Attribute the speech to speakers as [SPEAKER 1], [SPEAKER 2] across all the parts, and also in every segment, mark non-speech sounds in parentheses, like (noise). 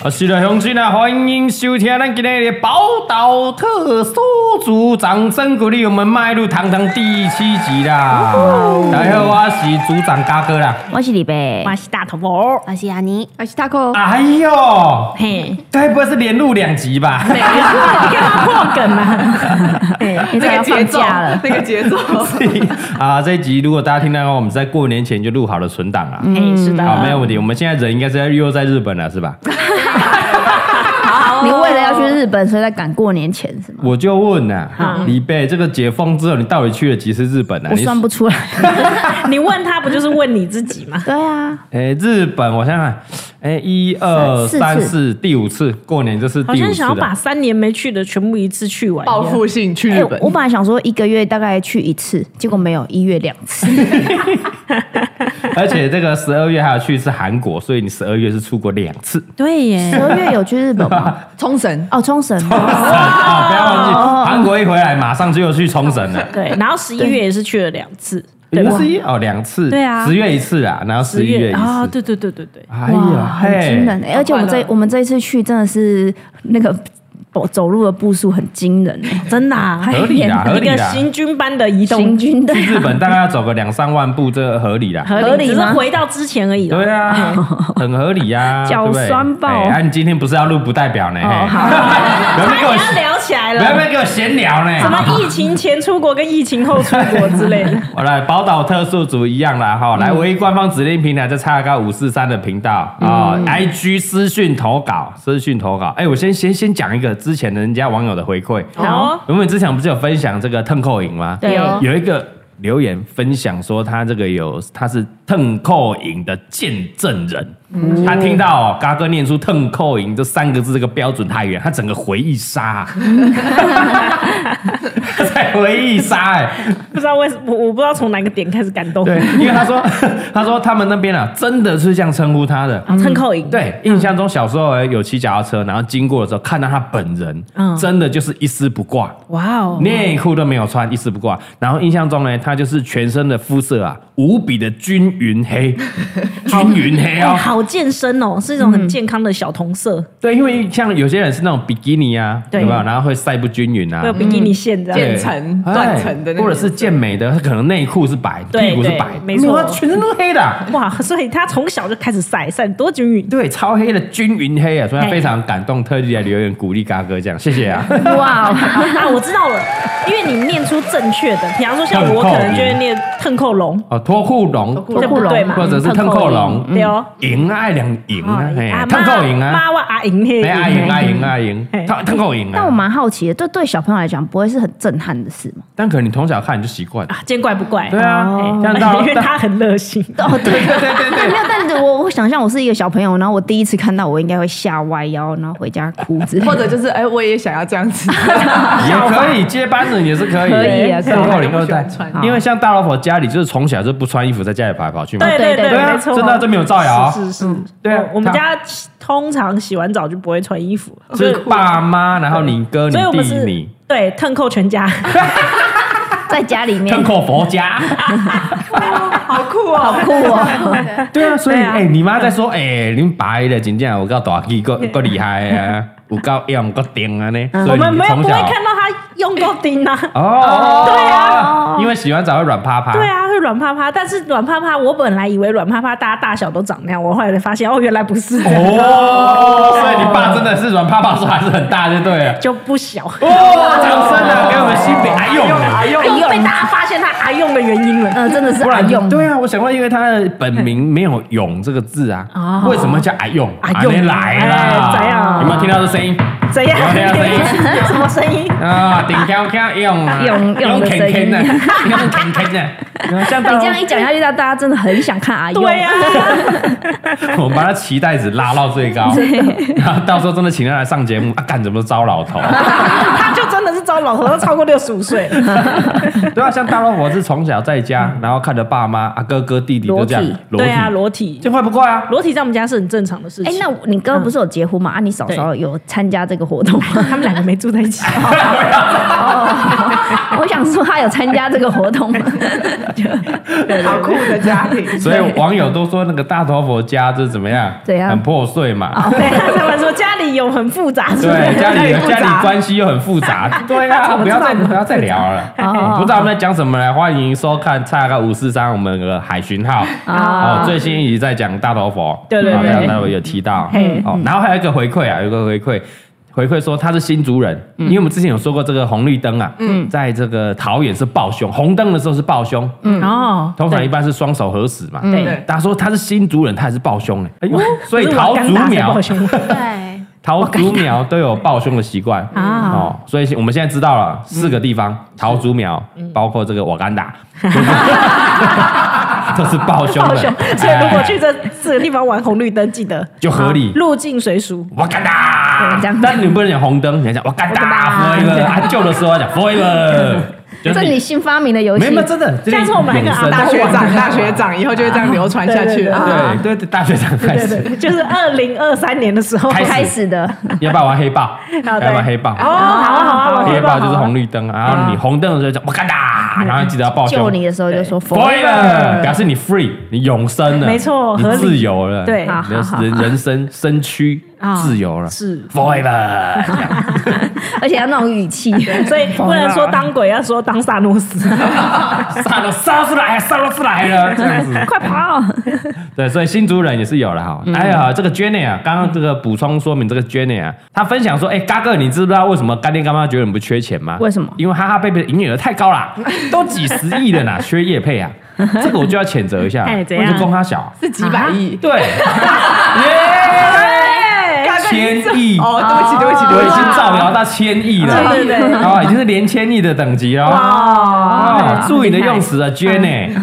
[SPEAKER 1] 啊，是的，乡亲啊，欢迎收听咱今日的宝岛特搜组，掌声鼓励我们迈入堂堂第七集啦！
[SPEAKER 2] 哦
[SPEAKER 1] 大家好，我是组长嘎哥啦。
[SPEAKER 2] 我是李贝，
[SPEAKER 3] 我是大头哎佛，
[SPEAKER 2] 我是阿尼，
[SPEAKER 3] 我
[SPEAKER 2] 哦
[SPEAKER 3] 是 Taco，
[SPEAKER 1] 哎呦，
[SPEAKER 3] 嘿，
[SPEAKER 1] 该不会是连录两集吧？
[SPEAKER 3] 对，要破梗
[SPEAKER 2] (laughs)
[SPEAKER 3] 啊！
[SPEAKER 2] 你这要放假了，
[SPEAKER 4] 那个节奏，
[SPEAKER 1] (laughs) 啊，这一集如果大家听到的话，我们在过年前就录好了存档
[SPEAKER 2] 嗯
[SPEAKER 1] 啊。
[SPEAKER 3] 嘿，哎是的，
[SPEAKER 1] 好，没有问题。我们现在人应该是在又在日本了，是吧？
[SPEAKER 2] 嗯你为了要去日本，所以在赶过年前是吗？
[SPEAKER 1] 我就问呐、李贝，这个解封之后，你到底去了几次日本啊？
[SPEAKER 2] 我
[SPEAKER 1] 你
[SPEAKER 2] 算不出来。 (laughs)
[SPEAKER 3] 你问他不就是问你自己吗？
[SPEAKER 2] 对啊，
[SPEAKER 1] 哎、日本，我想想看，哎、一二
[SPEAKER 2] 四
[SPEAKER 1] 三
[SPEAKER 2] 次
[SPEAKER 1] 四，第五次过年，这是
[SPEAKER 3] 好
[SPEAKER 1] 第
[SPEAKER 3] 像
[SPEAKER 1] 五次
[SPEAKER 3] 想要把
[SPEAKER 1] 了。
[SPEAKER 3] 三年没去的全部一次去完一样，
[SPEAKER 4] 报复性去
[SPEAKER 2] 哎
[SPEAKER 4] 日本，
[SPEAKER 2] 我本来想说一个月大概去一次，结果没有，一月两 (laughs) 次。
[SPEAKER 1] (laughs) 而且这个十二月还有去一次韩国，所以你十二月是出国两 (laughs) 次。
[SPEAKER 3] 对
[SPEAKER 2] 十
[SPEAKER 3] 耶，
[SPEAKER 2] 二月有去日本 (laughs) 吗？
[SPEAKER 4] 冲绳
[SPEAKER 2] 哦，冲绳。
[SPEAKER 1] 啊、不要忘记，韩国一回来马上就又去冲绳了。
[SPEAKER 3] 对，然后十一月也是去了两次，对吧
[SPEAKER 1] 不？是一哦，两次，
[SPEAKER 3] 对啊
[SPEAKER 1] 十月一次啊，然后十一月一次。
[SPEAKER 3] 啊，对对对对对，
[SPEAKER 1] 哎
[SPEAKER 2] 哇，
[SPEAKER 1] 呀，
[SPEAKER 2] 很惊人
[SPEAKER 1] 嘿，
[SPEAKER 2] 欸！而且我们
[SPEAKER 4] 快
[SPEAKER 2] 这
[SPEAKER 4] 乐
[SPEAKER 2] 我们这一次去真的是那个走走路的步数很惊人欸，
[SPEAKER 3] 真
[SPEAKER 2] (laughs)
[SPEAKER 3] 的啊
[SPEAKER 1] 合理啦，合
[SPEAKER 3] 一
[SPEAKER 1] 理
[SPEAKER 3] 个
[SPEAKER 1] 啦。
[SPEAKER 3] 行军般的移
[SPEAKER 2] 行
[SPEAKER 3] 动，
[SPEAKER 2] 军的啊
[SPEAKER 1] 去日本大概要走个两三万步，这合理啦。 (laughs)
[SPEAKER 2] 合理
[SPEAKER 3] 只是
[SPEAKER 2] 吗
[SPEAKER 3] 回到之前而已啦。
[SPEAKER 1] 对啊，很合理 (laughs) 呀、啊，
[SPEAKER 2] 脚
[SPEAKER 1] 对不对
[SPEAKER 2] 酸爆
[SPEAKER 1] 哎啊，你今天不是要录不代表呢？
[SPEAKER 2] 哦
[SPEAKER 1] 嘿
[SPEAKER 2] 好，
[SPEAKER 1] 不要
[SPEAKER 3] 差
[SPEAKER 1] 被给
[SPEAKER 3] 点
[SPEAKER 1] 我 (laughs)
[SPEAKER 3] 要聊起来
[SPEAKER 1] 不要
[SPEAKER 3] 了，
[SPEAKER 1] 被给我闲聊呢。
[SPEAKER 3] 什么疫情前出国跟疫情后出国之类的。
[SPEAKER 1] 我来宝岛特殊组一样啦，哈，来唯一官方指令平台在叉高五四三的频道啊、i g 私讯投稿，私讯投稿。哎、我先先先讲一个之前的人家网友的回馈，
[SPEAKER 3] 好，
[SPEAKER 1] 我们之前不是有分享这个腾扣影吗？
[SPEAKER 2] 对哦
[SPEAKER 1] 有一个留言分享说他这个有他是腾扣影的见证人，他听到、哦、嘎哥念出腾扣影这三个字这个标准太远，他整个回忆杀、啊， (laughs) 他在回忆杀哎、
[SPEAKER 3] 不知道为什我我不知道从哪个点开始感动。
[SPEAKER 1] 对，因为他说 (laughs) 他说他们那边啊，真的是这样称呼他的。
[SPEAKER 3] 啊蹭扣影，
[SPEAKER 1] 对，印象中小时候哎有骑脚踏车，然后经过的时候看到他本人，
[SPEAKER 3] 嗯
[SPEAKER 1] 真的就是一丝不挂，
[SPEAKER 3] 哇哦，
[SPEAKER 1] 内裤都没有穿，一丝不挂。然后印象中呢，他就是全身的肤色啊，无比的均匀
[SPEAKER 3] (laughs)
[SPEAKER 1] 黑，均匀黑
[SPEAKER 3] 哎
[SPEAKER 1] 哦。
[SPEAKER 3] 好健身哦，是一种
[SPEAKER 1] 嗯
[SPEAKER 3] 很健康的小同色，
[SPEAKER 1] 对，因为像有些人是那种比基尼啊，
[SPEAKER 3] 对
[SPEAKER 1] 有没有？然后会晒不均匀啊
[SPEAKER 3] 会有，比基尼线这样。
[SPEAKER 1] 对
[SPEAKER 4] 渐层
[SPEAKER 1] 哎
[SPEAKER 4] 断层的那种
[SPEAKER 1] 或者是健美的，他可能内裤是白，
[SPEAKER 3] 对
[SPEAKER 1] 屁股是
[SPEAKER 3] 对
[SPEAKER 1] 白，
[SPEAKER 3] 没错
[SPEAKER 1] 有啊全身都是黑的啊。
[SPEAKER 3] (laughs) 哇，所以他从小就开始晒，晒多均
[SPEAKER 1] (laughs)
[SPEAKER 3] 匀。
[SPEAKER 1] 对，超黑的均匀黑啊，所以他非常感动，特地来留言鼓励嘎哥这样，谢谢啊。
[SPEAKER 2] 哇哦，
[SPEAKER 3] 啊，我知道了，因为你念出正确的，比方说
[SPEAKER 1] (laughs)
[SPEAKER 3] 像我可能就会念腾扣龙，
[SPEAKER 1] 哦，脱裤龙，
[SPEAKER 3] 这不对嘛？嗯
[SPEAKER 1] 或者是腾扣龙，嗯
[SPEAKER 3] 对哦。
[SPEAKER 1] 赢爱两赢啊，嘿
[SPEAKER 3] 啊，
[SPEAKER 1] 腾扣赢啊，
[SPEAKER 3] 妈哇啊赢嘿，
[SPEAKER 1] 哎，阿赢阿赢阿赢
[SPEAKER 3] 嘿，
[SPEAKER 1] 腾腾扣赢
[SPEAKER 2] 但我
[SPEAKER 1] 啊。
[SPEAKER 2] 蛮好奇的，这对小朋友来讲不会是很震撼的
[SPEAKER 1] (laughs)
[SPEAKER 2] 事吗？
[SPEAKER 1] 但可能你从小看你就习惯了，
[SPEAKER 3] 啊，见怪不怪。 (laughs)
[SPEAKER 1] 对啊
[SPEAKER 3] 哦，
[SPEAKER 1] 像到
[SPEAKER 3] 因为他很热心，
[SPEAKER 2] 哦，对对对对
[SPEAKER 1] (laughs)
[SPEAKER 2] 对，没有，但是我我想象我是一个小朋友，然后我第一次看到，我应该会吓歪腰，然后回家哭之类的。
[SPEAKER 4] 或者就是哎，我也想要这样子，
[SPEAKER 1] 也可以接班人也是可以，
[SPEAKER 2] 可
[SPEAKER 1] (laughs)
[SPEAKER 2] 以啊可以
[SPEAKER 1] 腾扣零二代
[SPEAKER 4] 不喜欢，
[SPEAKER 1] 因为像大老婆家里就是从小就不穿衣服在家里跑来跑去嘛，
[SPEAKER 3] 对
[SPEAKER 2] 对
[SPEAKER 1] (laughs)
[SPEAKER 3] 对，
[SPEAKER 1] 对啊，
[SPEAKER 3] 没错，
[SPEAKER 1] 真的这没有造谣啊，
[SPEAKER 3] 是是是，
[SPEAKER 1] 对啊
[SPEAKER 3] 我我们
[SPEAKER 1] 他
[SPEAKER 3] 家通常洗完澡就不会穿衣服，
[SPEAKER 1] 是爸妈，然后你哥、你
[SPEAKER 3] 所以我们
[SPEAKER 1] 弟、
[SPEAKER 3] 是
[SPEAKER 1] 你，
[SPEAKER 3] 对腾扣
[SPEAKER 1] (laughs)
[SPEAKER 3] 全家，
[SPEAKER 2] 在家里面
[SPEAKER 1] 腾扣佛家。
[SPEAKER 4] 好酷哦！
[SPEAKER 2] 好酷
[SPEAKER 1] (laughs)
[SPEAKER 2] 哦，
[SPEAKER 1] 对啊，所以
[SPEAKER 3] 对啊
[SPEAKER 1] 哎、你妈在说，哎、你们爸的真正有够大气，够够厉害啊，有够用够顶啊呢。所
[SPEAKER 3] 嗯我
[SPEAKER 1] 以
[SPEAKER 3] 们
[SPEAKER 1] 你
[SPEAKER 3] 没有
[SPEAKER 1] 从
[SPEAKER 3] 不会
[SPEAKER 1] 小
[SPEAKER 3] 看到他用够
[SPEAKER 1] (laughs)
[SPEAKER 3] 钉啊。
[SPEAKER 1] 哦，
[SPEAKER 3] 对
[SPEAKER 1] 啊，因为洗完澡会软趴趴。
[SPEAKER 3] 对啊，会软趴趴，但是软趴趴，我本来以为软趴趴大家大小都长那样，我后来发现哦，原来不是这样，
[SPEAKER 1] 哦，
[SPEAKER 3] 啊
[SPEAKER 1] 所以你爸真的是软趴趴，说还是很大就对了。
[SPEAKER 3] 就不小。
[SPEAKER 1] 哦，掌声啊，给我们新北哎呦哎呦，
[SPEAKER 3] 又被大家发现他阿用的原因了。
[SPEAKER 2] 呃，真的是
[SPEAKER 1] 不
[SPEAKER 2] 爱
[SPEAKER 1] 然
[SPEAKER 2] 用。
[SPEAKER 1] 对啊，我想问，因为他的本名
[SPEAKER 3] 嗯
[SPEAKER 1] 没有“勇”这个字啊，为什么叫“哎用”？
[SPEAKER 3] 哎用
[SPEAKER 1] 啊你来啦，
[SPEAKER 3] 哦哎怎样
[SPEAKER 1] 有没有听到这声音？
[SPEAKER 3] 怎样？
[SPEAKER 1] 有没有听到声音？
[SPEAKER 3] 什么声音？
[SPEAKER 1] 啊，顶挑挑用啊，
[SPEAKER 2] 用用的
[SPEAKER 1] 啃
[SPEAKER 2] 声
[SPEAKER 1] 啃
[SPEAKER 2] 音
[SPEAKER 1] 的，用啃啃的，像
[SPEAKER 2] 你这样一讲下去，大大家真的很想看阿用。
[SPEAKER 3] 对
[SPEAKER 1] 啊
[SPEAKER 3] 啊
[SPEAKER 1] (laughs)
[SPEAKER 3] 呀、
[SPEAKER 1] 我们把他期待值拉到最
[SPEAKER 2] (laughs)
[SPEAKER 1] 高，然后到时候真的请他来上节目，啊，干怎么招老
[SPEAKER 2] (laughs)
[SPEAKER 1] 头？
[SPEAKER 3] 他就真的是招老头，都超过六十五岁了。
[SPEAKER 1] 对啊，像大老婆是从小在家，然后看着爸妈、啊哥哥弟弟都这样
[SPEAKER 2] 嗯裸体
[SPEAKER 1] 裸
[SPEAKER 3] 对啊，
[SPEAKER 1] 体，
[SPEAKER 3] 裸体，
[SPEAKER 1] 这怪不怪
[SPEAKER 2] (laughs)
[SPEAKER 1] 啊？
[SPEAKER 3] 裸体在我们家是很正常的事
[SPEAKER 2] 哎
[SPEAKER 3] 情。，
[SPEAKER 2] 那你哥不是有结婚吗？啊，你嫂嫂有参加这个活动
[SPEAKER 1] (laughs)
[SPEAKER 2] 吗？
[SPEAKER 3] 他们两个没住在一起，
[SPEAKER 2] 哦
[SPEAKER 1] (laughs)
[SPEAKER 2] 我想说他有参加这个活动吗？
[SPEAKER 4] (laughs) 好酷的家庭。
[SPEAKER 1] 所以网友都说那个大头佛家就是怎么样？
[SPEAKER 2] 怎样哦
[SPEAKER 1] 很破碎嘛。
[SPEAKER 3] 对，他们说家里有很复杂，是不
[SPEAKER 2] (laughs)
[SPEAKER 1] 对，
[SPEAKER 3] 是？
[SPEAKER 1] 家里
[SPEAKER 4] 很复
[SPEAKER 1] 家
[SPEAKER 4] 杂
[SPEAKER 1] 里关系又很复杂。对啊，不要再不要再聊了。
[SPEAKER 2] 哦
[SPEAKER 1] 不知道我们在讲什么呢？欢迎收看《差个五四三》，我们的海巡号
[SPEAKER 2] 啊
[SPEAKER 1] 哦，最新一集在讲大头佛。
[SPEAKER 3] 啊对对
[SPEAKER 1] 哦
[SPEAKER 3] 对
[SPEAKER 1] 那那我有提到
[SPEAKER 3] 嘿嗯
[SPEAKER 1] 哦，然后还有一个回馈啊，有一个回馈。回馈说他是新竹人，
[SPEAKER 3] 嗯
[SPEAKER 1] 因为我们之前有说过这个红绿灯啊，在这个桃园是抱胸，红灯的时候是抱胸，
[SPEAKER 3] 哦，
[SPEAKER 1] 通常一般是双手合十嘛。
[SPEAKER 3] 对
[SPEAKER 4] 对
[SPEAKER 1] 他说他是新竹人，他还是抱胸哎，哎呦所以
[SPEAKER 3] 不是
[SPEAKER 1] 桃竹
[SPEAKER 3] 我刚打才
[SPEAKER 1] 苗
[SPEAKER 3] 抱胸
[SPEAKER 2] 对，
[SPEAKER 1] 桃竹苗都有抱胸的习惯
[SPEAKER 3] 啊嗯
[SPEAKER 1] 哦，所以我们现在知道了四个地方，桃竹苗包括这个瓦干达， (laughs) 都是抱胸
[SPEAKER 3] 抱
[SPEAKER 1] 的
[SPEAKER 3] 胸，，所以如果去
[SPEAKER 1] 哎
[SPEAKER 3] 这四个地方玩红绿灯，记得
[SPEAKER 1] 就合理
[SPEAKER 3] 啊入境随俗。
[SPEAKER 1] 瓦干达
[SPEAKER 3] 对这样，
[SPEAKER 1] 但你不能讲红灯，你要讲瓦干达 forever，啊旧的时候要讲
[SPEAKER 3] (laughs)
[SPEAKER 1] forever，就是
[SPEAKER 2] 这是你新发明的游
[SPEAKER 1] 没
[SPEAKER 2] 戏
[SPEAKER 1] 有没，有真的，这是
[SPEAKER 3] 下次我们来个啊
[SPEAKER 1] 永生
[SPEAKER 3] 阿
[SPEAKER 4] 大学长，大学长以后就会这样流传下去
[SPEAKER 3] 啊
[SPEAKER 4] 啊！
[SPEAKER 1] 对对对，大学长开
[SPEAKER 3] 对
[SPEAKER 1] 始
[SPEAKER 3] 对，对，就是二零二三年的时候
[SPEAKER 1] 开始
[SPEAKER 2] 开始的，
[SPEAKER 1] 要不要玩黑豹？要
[SPEAKER 3] 好
[SPEAKER 1] 不
[SPEAKER 3] 对
[SPEAKER 1] 要玩黑豹？
[SPEAKER 4] 哦，好啊好啊，
[SPEAKER 1] 黑豹就是红绿灯，
[SPEAKER 3] 嗯
[SPEAKER 1] 然后你红灯的时候讲瓦干达，然后记得要抱胸
[SPEAKER 2] 救。你的时候就说
[SPEAKER 1] forever，表示你 free，你永生了，
[SPEAKER 3] 没错
[SPEAKER 1] 你
[SPEAKER 3] 合理
[SPEAKER 1] 自由了，
[SPEAKER 3] 对
[SPEAKER 1] 你的
[SPEAKER 2] 好好
[SPEAKER 1] 人人生身躯自由了，
[SPEAKER 3] 啊是
[SPEAKER 1] forever 这样。
[SPEAKER 2] 而且要那种语 (laughs) 气，
[SPEAKER 3] 所以不能说当鬼，要说当萨诺
[SPEAKER 1] (laughs)
[SPEAKER 3] 斯，
[SPEAKER 1] 杀了杀出来，杀了出来了，这样子。
[SPEAKER 3] 快跑！
[SPEAKER 1] 对，所以新族人也是有了哈。哎呀，这个 Jenny 啊，刚刚这个补充说明，这个 Jenny 啊，他分享说，哎，嘎哥，你知不知道为什么干爹干妈觉得你不缺钱吗？
[SPEAKER 2] 为什么
[SPEAKER 1] 因为哈哈贝贝的营业额太高啦，都几十亿了呢，缺业配啊。这个我就要谴责一下，
[SPEAKER 3] 哎
[SPEAKER 1] 我
[SPEAKER 3] 怎样
[SPEAKER 1] 就供他小。
[SPEAKER 4] 是几百亿。
[SPEAKER 1] 对，耶，
[SPEAKER 4] 大概
[SPEAKER 1] 千亿
[SPEAKER 4] 哦，对不起，对不起，
[SPEAKER 1] 我
[SPEAKER 4] 对
[SPEAKER 1] 已
[SPEAKER 4] 不
[SPEAKER 1] 经
[SPEAKER 4] 起，
[SPEAKER 1] 造谣到千亿了，
[SPEAKER 3] 对对对
[SPEAKER 1] 哦，已经是连千亿的等级了。
[SPEAKER 3] 哦
[SPEAKER 1] 哦，，注意你的用词啊娟呢？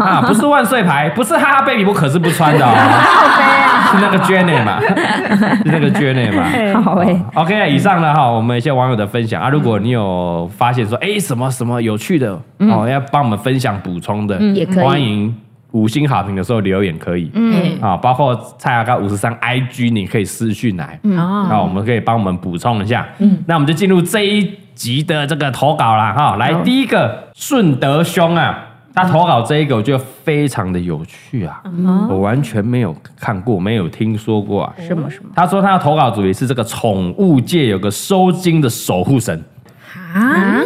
[SPEAKER 1] 啊，不是万岁牌，不是哈哈 baby，我可是不穿
[SPEAKER 2] (laughs)
[SPEAKER 1] 的哦，
[SPEAKER 2] 啊
[SPEAKER 1] 是那个娟呢嘛，是那个娟呢嘛。
[SPEAKER 3] 哎
[SPEAKER 2] 好
[SPEAKER 1] 欸
[SPEAKER 2] 诶，
[SPEAKER 1] OK，以上呢哈，我们一些网友的分享啊，如果你有发现说，哎，什么什么有趣的哦，要帮我们分享补充的，
[SPEAKER 2] 嗯也可以
[SPEAKER 1] 欢迎五星好评的时候留言可以，嗯，啊，包括蔡阿高五十三 IG 你可以私讯
[SPEAKER 2] 嗯
[SPEAKER 1] 来，
[SPEAKER 2] 啊
[SPEAKER 3] 哦，
[SPEAKER 1] 那我们可以帮我们补充一下。嗯，那我们就进入这一集的这个投稿啦，哈。来，第一个顺德兄啊，他投稿这一个我觉得非常的有趣啊，我完全没有看过，没有听说过啊。
[SPEAKER 2] 嗯什么什么
[SPEAKER 1] 他说他的投稿主题是这个宠物界有个收金的守护神。
[SPEAKER 2] 啊？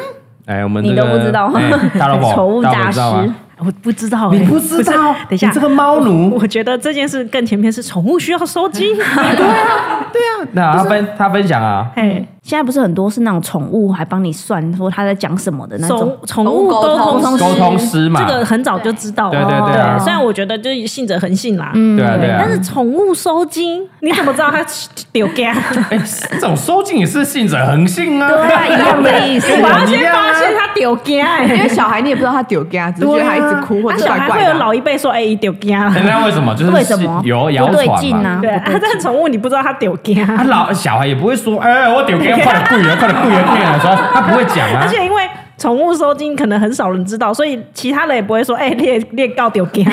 [SPEAKER 1] 哎，我们、这
[SPEAKER 2] 你
[SPEAKER 1] 个、
[SPEAKER 2] 都不知道
[SPEAKER 1] 哎大老
[SPEAKER 2] (laughs) 宠
[SPEAKER 1] 婆，
[SPEAKER 2] 物
[SPEAKER 1] 大老婆
[SPEAKER 2] 大
[SPEAKER 1] 知道
[SPEAKER 2] 师
[SPEAKER 1] 吗？，
[SPEAKER 3] 我不知道，
[SPEAKER 1] 你
[SPEAKER 3] 哎
[SPEAKER 1] 不知道
[SPEAKER 3] 是等一下
[SPEAKER 1] 你这个猫奴
[SPEAKER 3] 我我觉得这件事更前面是宠物需要收
[SPEAKER 1] (laughs)
[SPEAKER 3] 金，
[SPEAKER 1] 啊那他分他分享啊，
[SPEAKER 3] 哎，
[SPEAKER 2] 现在不是很多是那种宠物还帮你算说他在讲什么的那种
[SPEAKER 3] 宠，宠物沟通
[SPEAKER 1] 沟通师嘛，
[SPEAKER 3] 这个很早就知道
[SPEAKER 1] 对
[SPEAKER 3] 了，
[SPEAKER 1] 对对啊
[SPEAKER 3] 虽然我觉得就是信者恒信啦，
[SPEAKER 2] 嗯
[SPEAKER 1] 对啊对啊
[SPEAKER 3] 但。是宠物收金，你怎么知道它丢家？
[SPEAKER 1] 哎，这种收金也是信者恒信啊，
[SPEAKER 2] 对啊，一样的意思
[SPEAKER 1] 跟。
[SPEAKER 3] 我
[SPEAKER 1] 我
[SPEAKER 3] 要
[SPEAKER 1] 们一
[SPEAKER 3] 先
[SPEAKER 1] 样啊
[SPEAKER 3] 发现它丢家，
[SPEAKER 4] 因
[SPEAKER 3] 哎
[SPEAKER 4] 为小孩你也不知道他丢给他，只 (laughs) 是觉得他一直哭或
[SPEAKER 3] 啊
[SPEAKER 4] 者
[SPEAKER 3] 小
[SPEAKER 4] 怪
[SPEAKER 3] 孩
[SPEAKER 4] 怪
[SPEAKER 3] 会有
[SPEAKER 4] 的。 (laughs)
[SPEAKER 3] 老一辈说，哎，它丢家
[SPEAKER 1] (laughs)
[SPEAKER 3] 了
[SPEAKER 1] 人，家为什么？就是
[SPEAKER 2] 为什么
[SPEAKER 1] 有谣
[SPEAKER 2] 不对
[SPEAKER 1] 传
[SPEAKER 2] 劲
[SPEAKER 1] 嘛。
[SPEAKER 2] 啊？
[SPEAKER 3] 对啊，但宠物你不知道它丢家
[SPEAKER 1] (laughs) 他。老小孩也不会说，哎、我点给快点跪了，快点跪了，快点说，他不会讲啊
[SPEAKER 3] 而。且因为宠物收金可能很少人知道，所以其他人也不会说，哎、猎猎告丢给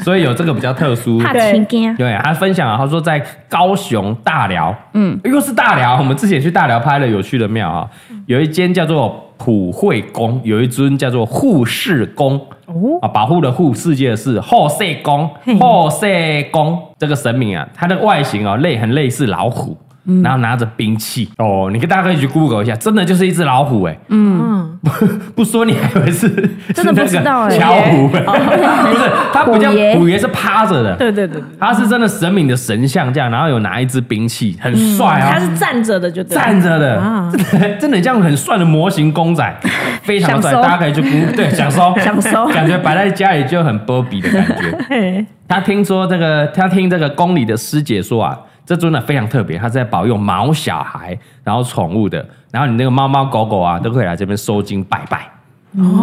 [SPEAKER 1] 所以有这个比较特殊。
[SPEAKER 2] 怕情感
[SPEAKER 1] 对，他分享啊，他说在高雄大寮，嗯，又是大寮，我们之前去大寮拍了有趣的庙啊，有一间叫做普惠宫，有一尊叫做护世宫，
[SPEAKER 3] 哦
[SPEAKER 1] 啊，保护的护，世界的世，后世宫，后世宫这个神明啊，它的外形啊，类很类似老虎。
[SPEAKER 2] 嗯
[SPEAKER 1] 然后拿着兵器哦，你跟大家可以去 Google 一下，真的就是一只老虎哎、
[SPEAKER 3] 嗯，
[SPEAKER 1] (laughs) 不说你还以为是
[SPEAKER 2] 真的不知道
[SPEAKER 1] 是那个
[SPEAKER 2] 欸
[SPEAKER 1] 巧虎，哎 (laughs) 不是它不叫
[SPEAKER 2] 虎爷
[SPEAKER 1] 虎爷是趴着的，
[SPEAKER 3] 对对 (laughs) 对，对
[SPEAKER 1] 他是真的神明的神像这样，然后有拿一支兵器，很帅啊，
[SPEAKER 3] 它嗯是站着的就对了
[SPEAKER 1] 站着的
[SPEAKER 3] 啊，
[SPEAKER 1] 真的 (laughs) 真的像很帅的模型公仔，非常帅，
[SPEAKER 2] 想收
[SPEAKER 1] 大家可以去估，
[SPEAKER 3] (laughs)
[SPEAKER 1] 对，想收，
[SPEAKER 2] 想收
[SPEAKER 1] 感觉摆在家里就很波比的感觉。
[SPEAKER 3] (laughs) 嘿
[SPEAKER 1] 他听说这个，他听这个宫里的师姐说啊，这尊呢非常特别，它是在保佑毛小孩，然后宠物的，然后你那个猫猫狗狗啊，都可以来这边收金拜拜。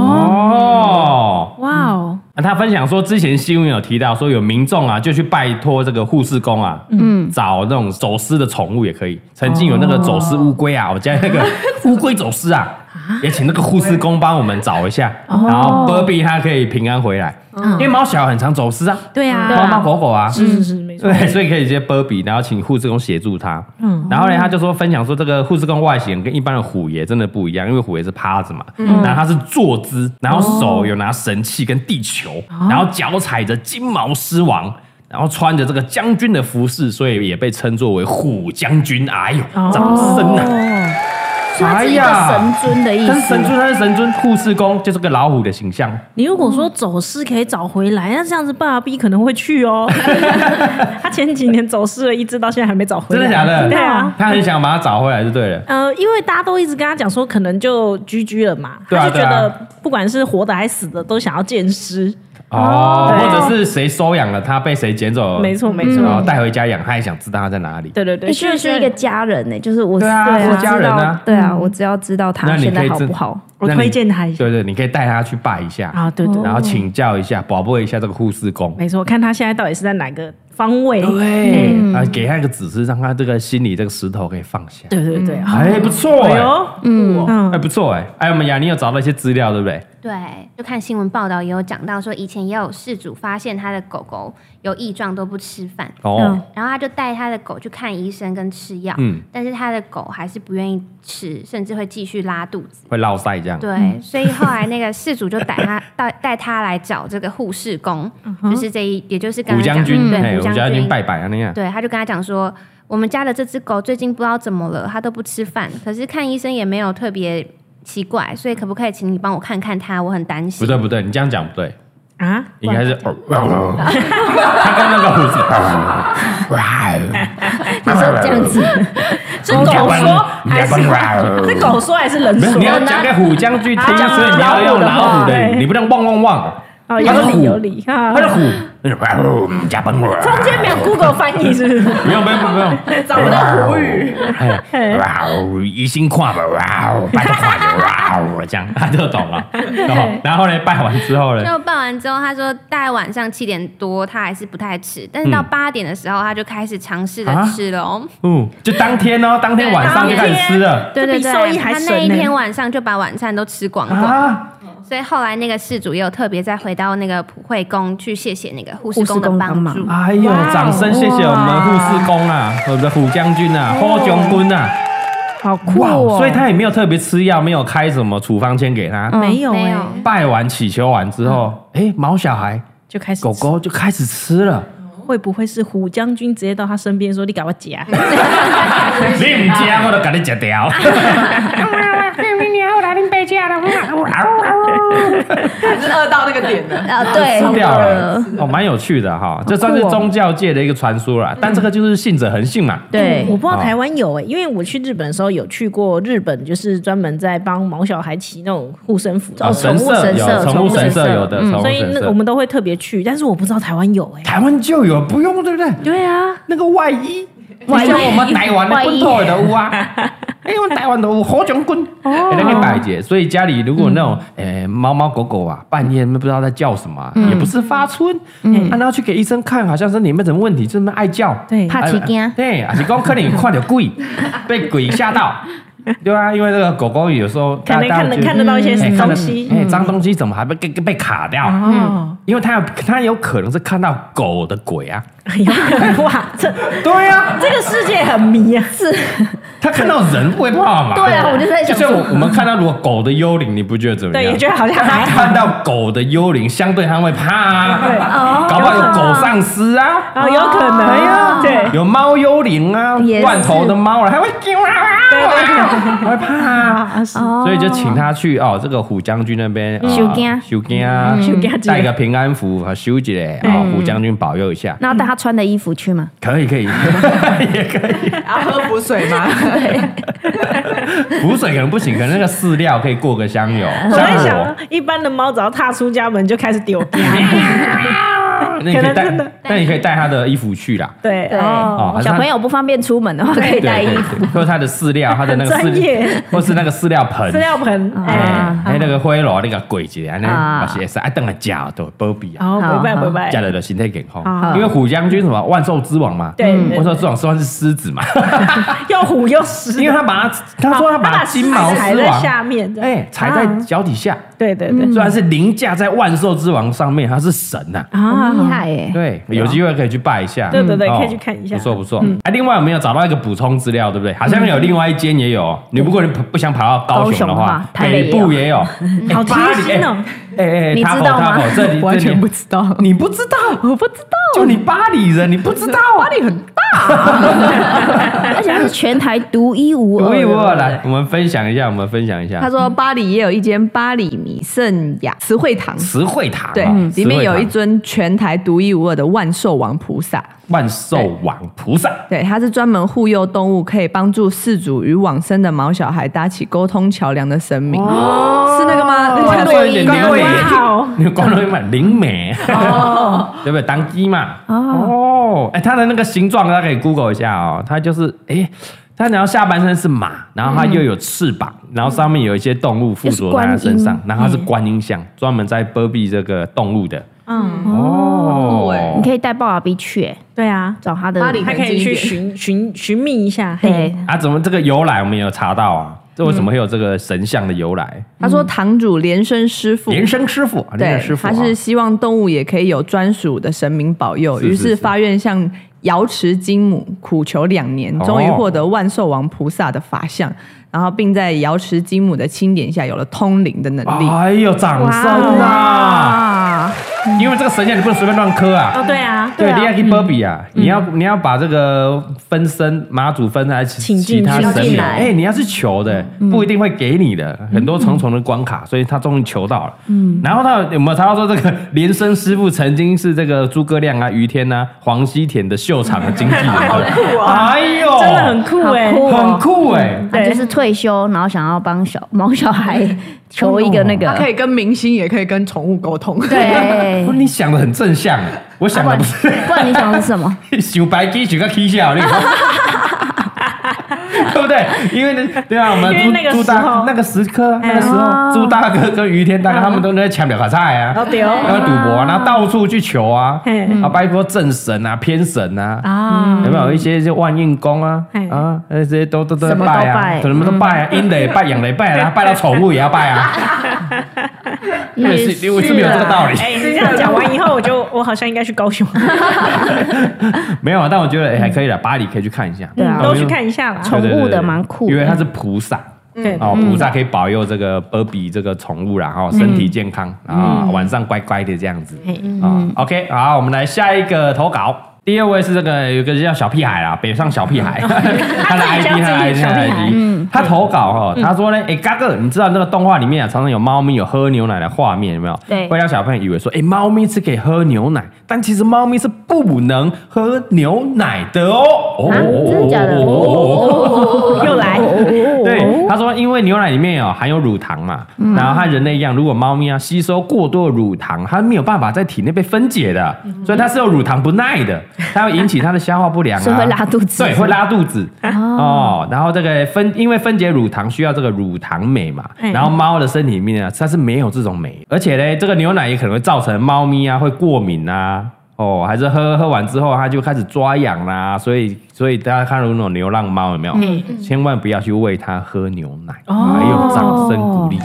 [SPEAKER 1] 哦，
[SPEAKER 3] 哇哦，
[SPEAKER 1] 那他分享说，之前新闻有提到说，有民众啊就去拜托这个护士工啊，嗯，找那种哦走私的宠物也可以。曾经有那个走私乌龟啊，我家那个哦乌龟走私啊，也请那个护士工帮我们找一下，然后 b 比 b 它可以平安回来，因为猫小孩很常走失啊，
[SPEAKER 3] 对啊
[SPEAKER 1] 猫猫狗狗啊，
[SPEAKER 3] 是是是，没错。
[SPEAKER 1] 对，所以可以直接 b 比，然后请护士工协助他。嗯，然后呢，他就说分享说这个护士工外形跟一般的虎爷真的不一样，因为虎爷是趴着嘛，
[SPEAKER 3] 嗯
[SPEAKER 1] 然后他是坐姿，然后手有拿神器跟地球，
[SPEAKER 3] 哦
[SPEAKER 1] 然后脚踩着金毛狮王。然后穿着这个将军的服饰，所以也被称作为虎将军。哎呦，
[SPEAKER 3] 哦
[SPEAKER 1] 掌声啊！
[SPEAKER 2] 所以它是一个神尊的意
[SPEAKER 1] 但是
[SPEAKER 2] 思
[SPEAKER 1] 哎神。尊，他是神尊，护士工就是个老虎的形象。
[SPEAKER 3] 你如果说走失可以找回来，那这样子爸爸 B 可能会去哦。他前几年走失了一只，到现在还没找回来。
[SPEAKER 1] 真的假的
[SPEAKER 3] 对啊。
[SPEAKER 1] 他很想把它找回来，就对了。
[SPEAKER 3] 呃，因为大家都一直跟他讲说，可能就居居了嘛，
[SPEAKER 1] 对啊
[SPEAKER 3] 他就觉
[SPEAKER 1] 对
[SPEAKER 3] 得
[SPEAKER 1] 啊
[SPEAKER 3] 不管是活的还是死的，都想要见尸。
[SPEAKER 1] 哦，
[SPEAKER 3] 对
[SPEAKER 1] 或者是谁收养了它，被谁捡走，
[SPEAKER 3] 没错没
[SPEAKER 1] 然后
[SPEAKER 3] 错，
[SPEAKER 1] 带回家养，他也想知道它在哪里。
[SPEAKER 3] 对对对，
[SPEAKER 2] 你确实是一个家人呢、就是我，
[SPEAKER 1] 对啊
[SPEAKER 2] 对
[SPEAKER 1] 是家人啊
[SPEAKER 2] 知道对啊，我只要知道他
[SPEAKER 1] 那你
[SPEAKER 2] 现
[SPEAKER 1] 可
[SPEAKER 2] 在
[SPEAKER 1] 以
[SPEAKER 2] 好
[SPEAKER 1] 自
[SPEAKER 2] 不好。
[SPEAKER 3] 我
[SPEAKER 1] 那你
[SPEAKER 3] 推荐他一下
[SPEAKER 1] 对对，你可以带它去拜一下，
[SPEAKER 3] 啊，对对，
[SPEAKER 1] 然后请教一下，保卫一下这个护士工。
[SPEAKER 3] 没错，看他现在到底是在哪个方位。
[SPEAKER 1] 对，啊，给他一个指示，让他这个心里这个石头可以放下。
[SPEAKER 3] 对对对，好，
[SPEAKER 1] 哎，不错
[SPEAKER 3] 哎
[SPEAKER 1] 哎，
[SPEAKER 3] 呦，嗯
[SPEAKER 1] 哎，不错哎，哎，我们雅妮有找到一些资料，对不对？
[SPEAKER 5] 对，就看新闻报道也有讲到说，以前也有事主发现他的狗狗有异状都不吃饭，
[SPEAKER 1] 哦，
[SPEAKER 5] 然后他就带他的狗去看医生跟吃药，
[SPEAKER 1] 嗯
[SPEAKER 5] 但是他的狗还是不愿意吃，甚至会继续拉肚子。
[SPEAKER 1] 会落塞这样。
[SPEAKER 5] 对，所以后来那个事主就
[SPEAKER 1] (laughs)
[SPEAKER 5] 带他带带他来找这个护士工，就是这一，也就是刚
[SPEAKER 1] 武
[SPEAKER 5] 才
[SPEAKER 1] 嗯
[SPEAKER 5] 讲
[SPEAKER 1] 将
[SPEAKER 5] 的
[SPEAKER 1] 军，
[SPEAKER 5] 对
[SPEAKER 1] 哎，
[SPEAKER 5] 武
[SPEAKER 1] 武
[SPEAKER 5] 将
[SPEAKER 1] 将
[SPEAKER 5] 军
[SPEAKER 1] 军拜拜啊那样。
[SPEAKER 5] 对，他就跟他讲说，我们家的这只狗最近不知道怎么了，它都不吃饭，可是看医生也没有特别奇怪，所以可不可以请你帮我看看它？我很担
[SPEAKER 1] 不
[SPEAKER 5] 心。
[SPEAKER 1] 对不对，你这样讲不对，
[SPEAKER 3] 啊，
[SPEAKER 1] 应该是哦， (laughs) 他跟那个护士，
[SPEAKER 2] (laughs) 你说这样子，
[SPEAKER 3] 是狗说还是 (laughs) 是狗说还是人
[SPEAKER 1] 没有，
[SPEAKER 3] 说
[SPEAKER 1] 你要
[SPEAKER 3] 呢？
[SPEAKER 1] 讲给虎将军听，
[SPEAKER 3] 啊
[SPEAKER 1] 所以你要用老虎的
[SPEAKER 3] 对，
[SPEAKER 1] 你不能汪汪汪，他
[SPEAKER 3] 哦，
[SPEAKER 1] 是
[SPEAKER 3] 有
[SPEAKER 1] 虎
[SPEAKER 3] 理有理哈
[SPEAKER 1] 它。是虎，嗯加班我。
[SPEAKER 3] 中间没
[SPEAKER 1] 哦
[SPEAKER 3] 有 Google 翻译是
[SPEAKER 1] (laughs)
[SPEAKER 3] 不是？
[SPEAKER 1] 不用不用不用，
[SPEAKER 4] 找不到胡语，
[SPEAKER 1] 哎哇哦，疑心跨吧，哇哦，拜托跨了，哇哦，这样他就懂了。然后然后呢，拜完之后呢，
[SPEAKER 5] 就办完之后，他说大概晚上七点多，他还是不太吃，但是到
[SPEAKER 1] 嗯
[SPEAKER 5] 八点的时候，他就开始尝试着
[SPEAKER 1] 啊
[SPEAKER 5] 吃了、哦。
[SPEAKER 1] 嗯，就当天哦，当天晚上就开始吃了
[SPEAKER 5] 对对对，
[SPEAKER 3] 这比兽医还
[SPEAKER 5] 他
[SPEAKER 3] 神
[SPEAKER 5] 那一
[SPEAKER 3] 呢
[SPEAKER 5] 天晚上就把晚餐都吃光光，
[SPEAKER 1] 啊，
[SPEAKER 5] 所以后来那个事主也有特别再回到那个普惠宫去谢谢那个护士
[SPEAKER 2] 护士
[SPEAKER 5] 工的
[SPEAKER 2] 工帮
[SPEAKER 5] 帮
[SPEAKER 2] 忙
[SPEAKER 5] 助。
[SPEAKER 1] 哎呦，掌声谢谢我们护士工啊，我们的虎将军啊，霍将军啊，
[SPEAKER 2] 好酷
[SPEAKER 1] 哇
[SPEAKER 2] 哦！
[SPEAKER 1] 哦，所以他也没有特别吃药，没有开什么处方签给他。
[SPEAKER 2] 嗯
[SPEAKER 3] 没有
[SPEAKER 5] 没
[SPEAKER 3] 哎、
[SPEAKER 5] 有
[SPEAKER 1] 拜完祈求完之后，哎，毛小孩
[SPEAKER 3] 就开始
[SPEAKER 1] 狗狗就开始吃了。
[SPEAKER 3] 会不会是虎将军直接到他身边说：“你给我夹
[SPEAKER 1] (laughs) 你唔加，我就给你 (laughs) 吃掉。
[SPEAKER 4] 还是饿到那个点了。
[SPEAKER 5] 呃
[SPEAKER 2] 啊，对，
[SPEAKER 1] 吃掉了， (laughs) 哦，蛮有趣的哈，这算是宗教界的一个传说啦。但这个就是信者恒信嘛，
[SPEAKER 2] 对
[SPEAKER 3] 我，不知道
[SPEAKER 1] 哦
[SPEAKER 3] 台湾有哎、因为我去日本的时候有去过日本，就是专门在帮毛小孩骑那种护身符，
[SPEAKER 1] 啊，神
[SPEAKER 2] 宠物
[SPEAKER 1] 社
[SPEAKER 2] 神
[SPEAKER 1] 有宠物
[SPEAKER 2] 社
[SPEAKER 1] 神
[SPEAKER 2] 宠物神
[SPEAKER 1] 社
[SPEAKER 2] 社
[SPEAKER 1] 有的，
[SPEAKER 2] 嗯
[SPEAKER 1] 宠物
[SPEAKER 3] 所以
[SPEAKER 1] 神
[SPEAKER 3] 那
[SPEAKER 1] 社
[SPEAKER 3] 我们都会特别去，但是我不知道台湾有哎、
[SPEAKER 1] 台湾就有，不用对不对？
[SPEAKER 3] 对啊，
[SPEAKER 1] 那个外衣，外像我们台湾的本土的有啊， (laughs) 哎，我们台湾的有火种棍，
[SPEAKER 3] 哦
[SPEAKER 1] 哎那个摆姐，所以家里如果那种
[SPEAKER 3] 嗯
[SPEAKER 1] 诶猫猫狗狗啊，半夜不知道在叫什么啊，也不是发春，嗯，啊然后去给医生看，好像是里面什么问题，就是爱叫，啊
[SPEAKER 3] 对，
[SPEAKER 2] 怕起惊，
[SPEAKER 1] 对，啊还是讲可能看到鬼，
[SPEAKER 3] (laughs)
[SPEAKER 1] 被鬼吓到。对啊，因为这个狗狗有时候
[SPEAKER 3] 可能看得看得到一些
[SPEAKER 1] 哎看
[SPEAKER 3] 东
[SPEAKER 1] 得
[SPEAKER 3] 西嗯
[SPEAKER 1] 哎，脏东西怎么还被被被卡掉？
[SPEAKER 3] 哦，
[SPEAKER 1] 因为它有它有可能是看到狗的鬼啊。 (laughs)
[SPEAKER 3] 哎呀，哇，这
[SPEAKER 1] 对啊，
[SPEAKER 3] 这个世界很迷啊，
[SPEAKER 1] (laughs)
[SPEAKER 3] 是
[SPEAKER 1] 它看到人不会怕嘛？
[SPEAKER 2] 对啊我就在想
[SPEAKER 1] 就像
[SPEAKER 2] 说
[SPEAKER 1] 我我们看到如果狗的幽灵，你不觉得怎么
[SPEAKER 3] 对，
[SPEAKER 1] 样
[SPEAKER 3] 也？觉得好像还
[SPEAKER 1] (laughs) 它
[SPEAKER 3] 好，
[SPEAKER 1] 看到狗的幽灵，相对它会怕
[SPEAKER 3] 对，
[SPEAKER 1] 啊，
[SPEAKER 3] 哦
[SPEAKER 1] 搞不好有狗丧尸啊。
[SPEAKER 3] 哦，有可能，
[SPEAKER 1] 哎呀，
[SPEAKER 3] 对，
[SPEAKER 1] 有猫幽灵啊，
[SPEAKER 2] 也是
[SPEAKER 1] 断头的猫啊，还会叫啊，还会怕啊，所以就请他去哦，这个虎将军那边啊
[SPEAKER 2] 收惊嗯
[SPEAKER 1] 收惊啊，
[SPEAKER 3] 收惊之类
[SPEAKER 1] 带个平安符啊，修一下啊，虎将军保佑一下，
[SPEAKER 2] 然后带他穿的衣服去吗？
[SPEAKER 1] 可以可以， (laughs) 也可以。
[SPEAKER 4] 要啊喝补水吗？
[SPEAKER 1] 补水可能不行，可能那个饲料可以过个香油，
[SPEAKER 3] 我在
[SPEAKER 1] 香火 (laughs)
[SPEAKER 3] 想，一般的猫只要踏出家门就开始丢，
[SPEAKER 1] 那你可以
[SPEAKER 3] 可能真
[SPEAKER 1] 带
[SPEAKER 3] 的，
[SPEAKER 1] 那你可以带他的衣服去啦。
[SPEAKER 3] 对
[SPEAKER 5] 对
[SPEAKER 1] 哦
[SPEAKER 3] 哦，
[SPEAKER 1] 还是他
[SPEAKER 2] 小朋友不方便出门的话，可以带衣服。
[SPEAKER 1] 服，或者他的饲料，他的那个
[SPEAKER 3] 很专
[SPEAKER 1] 饲
[SPEAKER 3] 业，
[SPEAKER 1] 或是那个饲料盆
[SPEAKER 3] 饲。料盆，哎，
[SPEAKER 1] 哎，哎，那个灰炉那个鬼节，安尼
[SPEAKER 2] 啊
[SPEAKER 1] 嘛是会使，爱等下食都保庇啊，
[SPEAKER 3] 然后拜拜
[SPEAKER 2] 好
[SPEAKER 3] 拜
[SPEAKER 1] 食
[SPEAKER 3] 拜，
[SPEAKER 1] 了就身体健康。
[SPEAKER 3] 好
[SPEAKER 1] 因为虎将军什么万兽之王嘛，
[SPEAKER 3] 啊对对
[SPEAKER 1] 万兽之王虽然是狮子
[SPEAKER 3] (laughs)
[SPEAKER 1] 嘛， (laughs)
[SPEAKER 3] 又虎又狮的，
[SPEAKER 1] 因为他把它他说他把
[SPEAKER 3] 哦把
[SPEAKER 1] 金毛
[SPEAKER 3] 踩
[SPEAKER 1] 狮
[SPEAKER 3] 在
[SPEAKER 1] 王
[SPEAKER 3] 下面，这样
[SPEAKER 1] 哎踩在
[SPEAKER 3] 啊嗯
[SPEAKER 1] 脚底下，
[SPEAKER 3] 对对对，
[SPEAKER 1] 虽然是凌驾在万兽之王上面，他是神呐。
[SPEAKER 3] 啊
[SPEAKER 2] 很厉害耶！
[SPEAKER 1] 对，有机会可以去拜一下。
[SPEAKER 3] 对对对
[SPEAKER 1] 哦
[SPEAKER 3] 可以去看一下
[SPEAKER 1] 不错不错。哎，另外有没有找到一个补充资料，对不对？好像有另外一间也有。你如果你不不想跑到高雄的
[SPEAKER 2] 高雄
[SPEAKER 1] 话
[SPEAKER 2] 的话，台北
[SPEAKER 1] 北
[SPEAKER 2] 也有
[SPEAKER 1] 部也有。哎
[SPEAKER 3] 嗯好
[SPEAKER 1] 巴黎
[SPEAKER 3] 贴心哦
[SPEAKER 1] 哎哎哎，
[SPEAKER 2] 你知
[SPEAKER 1] Taco，
[SPEAKER 2] 道吗
[SPEAKER 1] Taco，这里
[SPEAKER 4] (laughs) (laughs) 完全不，
[SPEAKER 1] 这
[SPEAKER 4] 知道，
[SPEAKER 1] 里你不知道，
[SPEAKER 4] 我不知道，
[SPEAKER 1] 就你巴黎人，你不知
[SPEAKER 4] (laughs)
[SPEAKER 1] 道。
[SPEAKER 4] 压力很大。
[SPEAKER 2] 而且它是全台独一无二的。
[SPEAKER 1] 独一无二，
[SPEAKER 2] 对不对
[SPEAKER 1] 来，我们分享一下，我们分享一
[SPEAKER 4] 他
[SPEAKER 1] 下。
[SPEAKER 4] 说巴黎也有一间巴黎米圣雅慈惠堂，
[SPEAKER 1] 慈惠堂啊，
[SPEAKER 4] 对，嗯
[SPEAKER 1] 慈
[SPEAKER 4] 里
[SPEAKER 1] 惠
[SPEAKER 4] 面有
[SPEAKER 1] 堂
[SPEAKER 4] 一尊全台独一无二的万兽王菩萨。
[SPEAKER 1] 万兽王菩萨，
[SPEAKER 4] 对，它是专门护佑动物，可以帮助饲主与往生的毛小孩搭起沟通桥梁的神明，是那个吗？
[SPEAKER 1] 哇这有点
[SPEAKER 4] 关洛
[SPEAKER 1] 灵
[SPEAKER 4] 伊
[SPEAKER 3] 美哇哦
[SPEAKER 1] 美，关洛伊嘛，灵美，对不对？当鸡嘛，哦，哎，它的那个形状大家可以 Google 一下哦，它就是哎。它然后下半身是马，然后它又有翅膀，然后上面有一些动物附着在它身上，然嗯后它是观音像，专门在剥庇这个动物的。
[SPEAKER 3] 嗯，
[SPEAKER 1] 哦，
[SPEAKER 2] 你可以带鲍尔比去耶，
[SPEAKER 3] 对啊，
[SPEAKER 2] 找他的
[SPEAKER 4] 巴黎
[SPEAKER 3] 还可以去寻寻寻觅一下，嘿
[SPEAKER 2] 对，
[SPEAKER 1] 啊，怎么这个由来我们有查到啊？这为什么会有这个神像的由来？
[SPEAKER 4] 他说堂主连生师傅。
[SPEAKER 1] 连生师傅，啊连
[SPEAKER 4] 对
[SPEAKER 1] 生师，傅
[SPEAKER 4] 他
[SPEAKER 1] 啊，
[SPEAKER 4] 是希望动物也可以有专属的神明保佑，
[SPEAKER 1] 是是
[SPEAKER 4] 于
[SPEAKER 1] 是
[SPEAKER 4] 是发愿向瑶池金母苦求两年，
[SPEAKER 1] 哦
[SPEAKER 4] 终于获得万兽王菩萨的法相，然后并在瑶池金母的钦点下有了通灵的能力。
[SPEAKER 1] 哎呦，掌声啊！
[SPEAKER 4] 啊！
[SPEAKER 1] 因为这个神像你不能随便乱磕啊。
[SPEAKER 3] 哦，对啊，
[SPEAKER 1] 对，你要去波比啊，你要你要把这个分身马祖分身还是其
[SPEAKER 3] 请
[SPEAKER 1] 其
[SPEAKER 3] 进
[SPEAKER 1] 他
[SPEAKER 3] 请
[SPEAKER 1] 神
[SPEAKER 5] 进
[SPEAKER 1] 明，
[SPEAKER 5] 来
[SPEAKER 1] 哎，你要是求的，不一定会给你的，很多重重的关卡，所以他终于求到了。嗯，然后他有没有查到说这个 (laughs) 连生师傅曾经是这个诸葛亮啊、于天啊、黄西田的秀场的经纪人，好酷啊！哎呦，
[SPEAKER 3] 真的很酷哎
[SPEAKER 2] 好，酷
[SPEAKER 1] 很酷哎，
[SPEAKER 2] 他
[SPEAKER 3] 对
[SPEAKER 2] 就是退休，然后想要帮小毛小 (laughs) 孩求一个那个
[SPEAKER 4] 他，可以跟明星，也可以跟宠物沟通。
[SPEAKER 2] (laughs)
[SPEAKER 1] (laughs)
[SPEAKER 2] 对
[SPEAKER 1] 不，是你想的很正向哎，我想
[SPEAKER 2] 不
[SPEAKER 1] 的
[SPEAKER 2] 然
[SPEAKER 1] 不是。
[SPEAKER 2] 嗯哎不然你想的是什么？
[SPEAKER 1] 想白鸡想个起笑，你讲对不对？因为呢，对啊，我们
[SPEAKER 3] 因为那个
[SPEAKER 1] 朱朱
[SPEAKER 3] 时
[SPEAKER 1] 大
[SPEAKER 3] 候
[SPEAKER 1] 那个时刻，那个时
[SPEAKER 2] 哦
[SPEAKER 1] 候，朱大哥跟于天大哥他们都在抢表卡菜啊
[SPEAKER 3] 好，丢
[SPEAKER 1] 要赌博啊，然后到处去求啊
[SPEAKER 3] 嘿，
[SPEAKER 1] 啊，包括正神啊、偏神啊。
[SPEAKER 3] 啊
[SPEAKER 1] 有没有一些就万应宫啊
[SPEAKER 3] 嘿
[SPEAKER 1] 啊，那这些都都都在
[SPEAKER 2] 什么都
[SPEAKER 1] 拜啊，
[SPEAKER 2] 拜
[SPEAKER 1] 什么都拜啊，阴的也拜，阳的也拜啊，然后拜到宠物也要拜啊，我也是，我是没有这个道理。
[SPEAKER 3] 哎，你这样讲完以后，我就我好像应该去高雄，
[SPEAKER 1] 没有啊，但我觉得哎还可以的，巴黎可以去看一下，
[SPEAKER 2] 对啊
[SPEAKER 1] 啊
[SPEAKER 3] 都去看一下啦。
[SPEAKER 1] 对对对
[SPEAKER 2] 宠物
[SPEAKER 1] 对
[SPEAKER 2] 的蛮酷的
[SPEAKER 1] 因为它是菩萨。
[SPEAKER 3] 对，
[SPEAKER 1] 哦，菩萨可以保佑这个波比这个宠物啦，然后身体健康，然后晚上乖乖的这样子
[SPEAKER 3] 嘿
[SPEAKER 1] 啊。OK，好，我们来下一个投稿。第二位是这个有个叫小屁孩啦，北上小屁孩，他的 ID，
[SPEAKER 3] 自
[SPEAKER 1] 他的
[SPEAKER 3] 己叫自
[SPEAKER 1] ID，
[SPEAKER 3] 己
[SPEAKER 1] 他的
[SPEAKER 3] 小屁孩
[SPEAKER 1] ID，他投稿哈，他说呢，哎，嘎哥，你知道那个动画里面啊，常常有猫咪有喝牛奶的画面，有没有？
[SPEAKER 2] 对
[SPEAKER 1] 会让小朋友以为说，哎，猫咪是可以喝牛奶，但其实猫咪是不能喝牛奶的哦。哦
[SPEAKER 2] 啊
[SPEAKER 1] 哦
[SPEAKER 2] 真的假的
[SPEAKER 1] 哦哦哦哦哦哦
[SPEAKER 3] 又来，哦
[SPEAKER 2] 哦
[SPEAKER 1] 对，他说因为牛奶里面有含有乳糖嘛，
[SPEAKER 2] 嗯
[SPEAKER 1] 然后和人类一样，如果猫咪啊吸收过多的乳糖，它没有办法在体内被分解的，
[SPEAKER 2] 嗯
[SPEAKER 1] 所以它是有乳糖不耐的，它会引起它的消化不
[SPEAKER 2] (laughs)
[SPEAKER 1] 良啊，
[SPEAKER 2] 所以会拉肚子
[SPEAKER 1] 对，会拉肚子哦。然后这个分，因为分解乳糖需要这个乳糖酶嘛，
[SPEAKER 3] 嗯
[SPEAKER 1] 然后猫的身体里面啊，它是没有这种酶，而且呢，这个牛奶也可能会造成猫咪啊会过敏啊。哦，还是喝喝完之后，它就开始抓痒啦、所以所以大家看到那种流浪猫有没有？千万不要去喂它喝牛奶。
[SPEAKER 3] 哦
[SPEAKER 1] 还有掌声鼓励，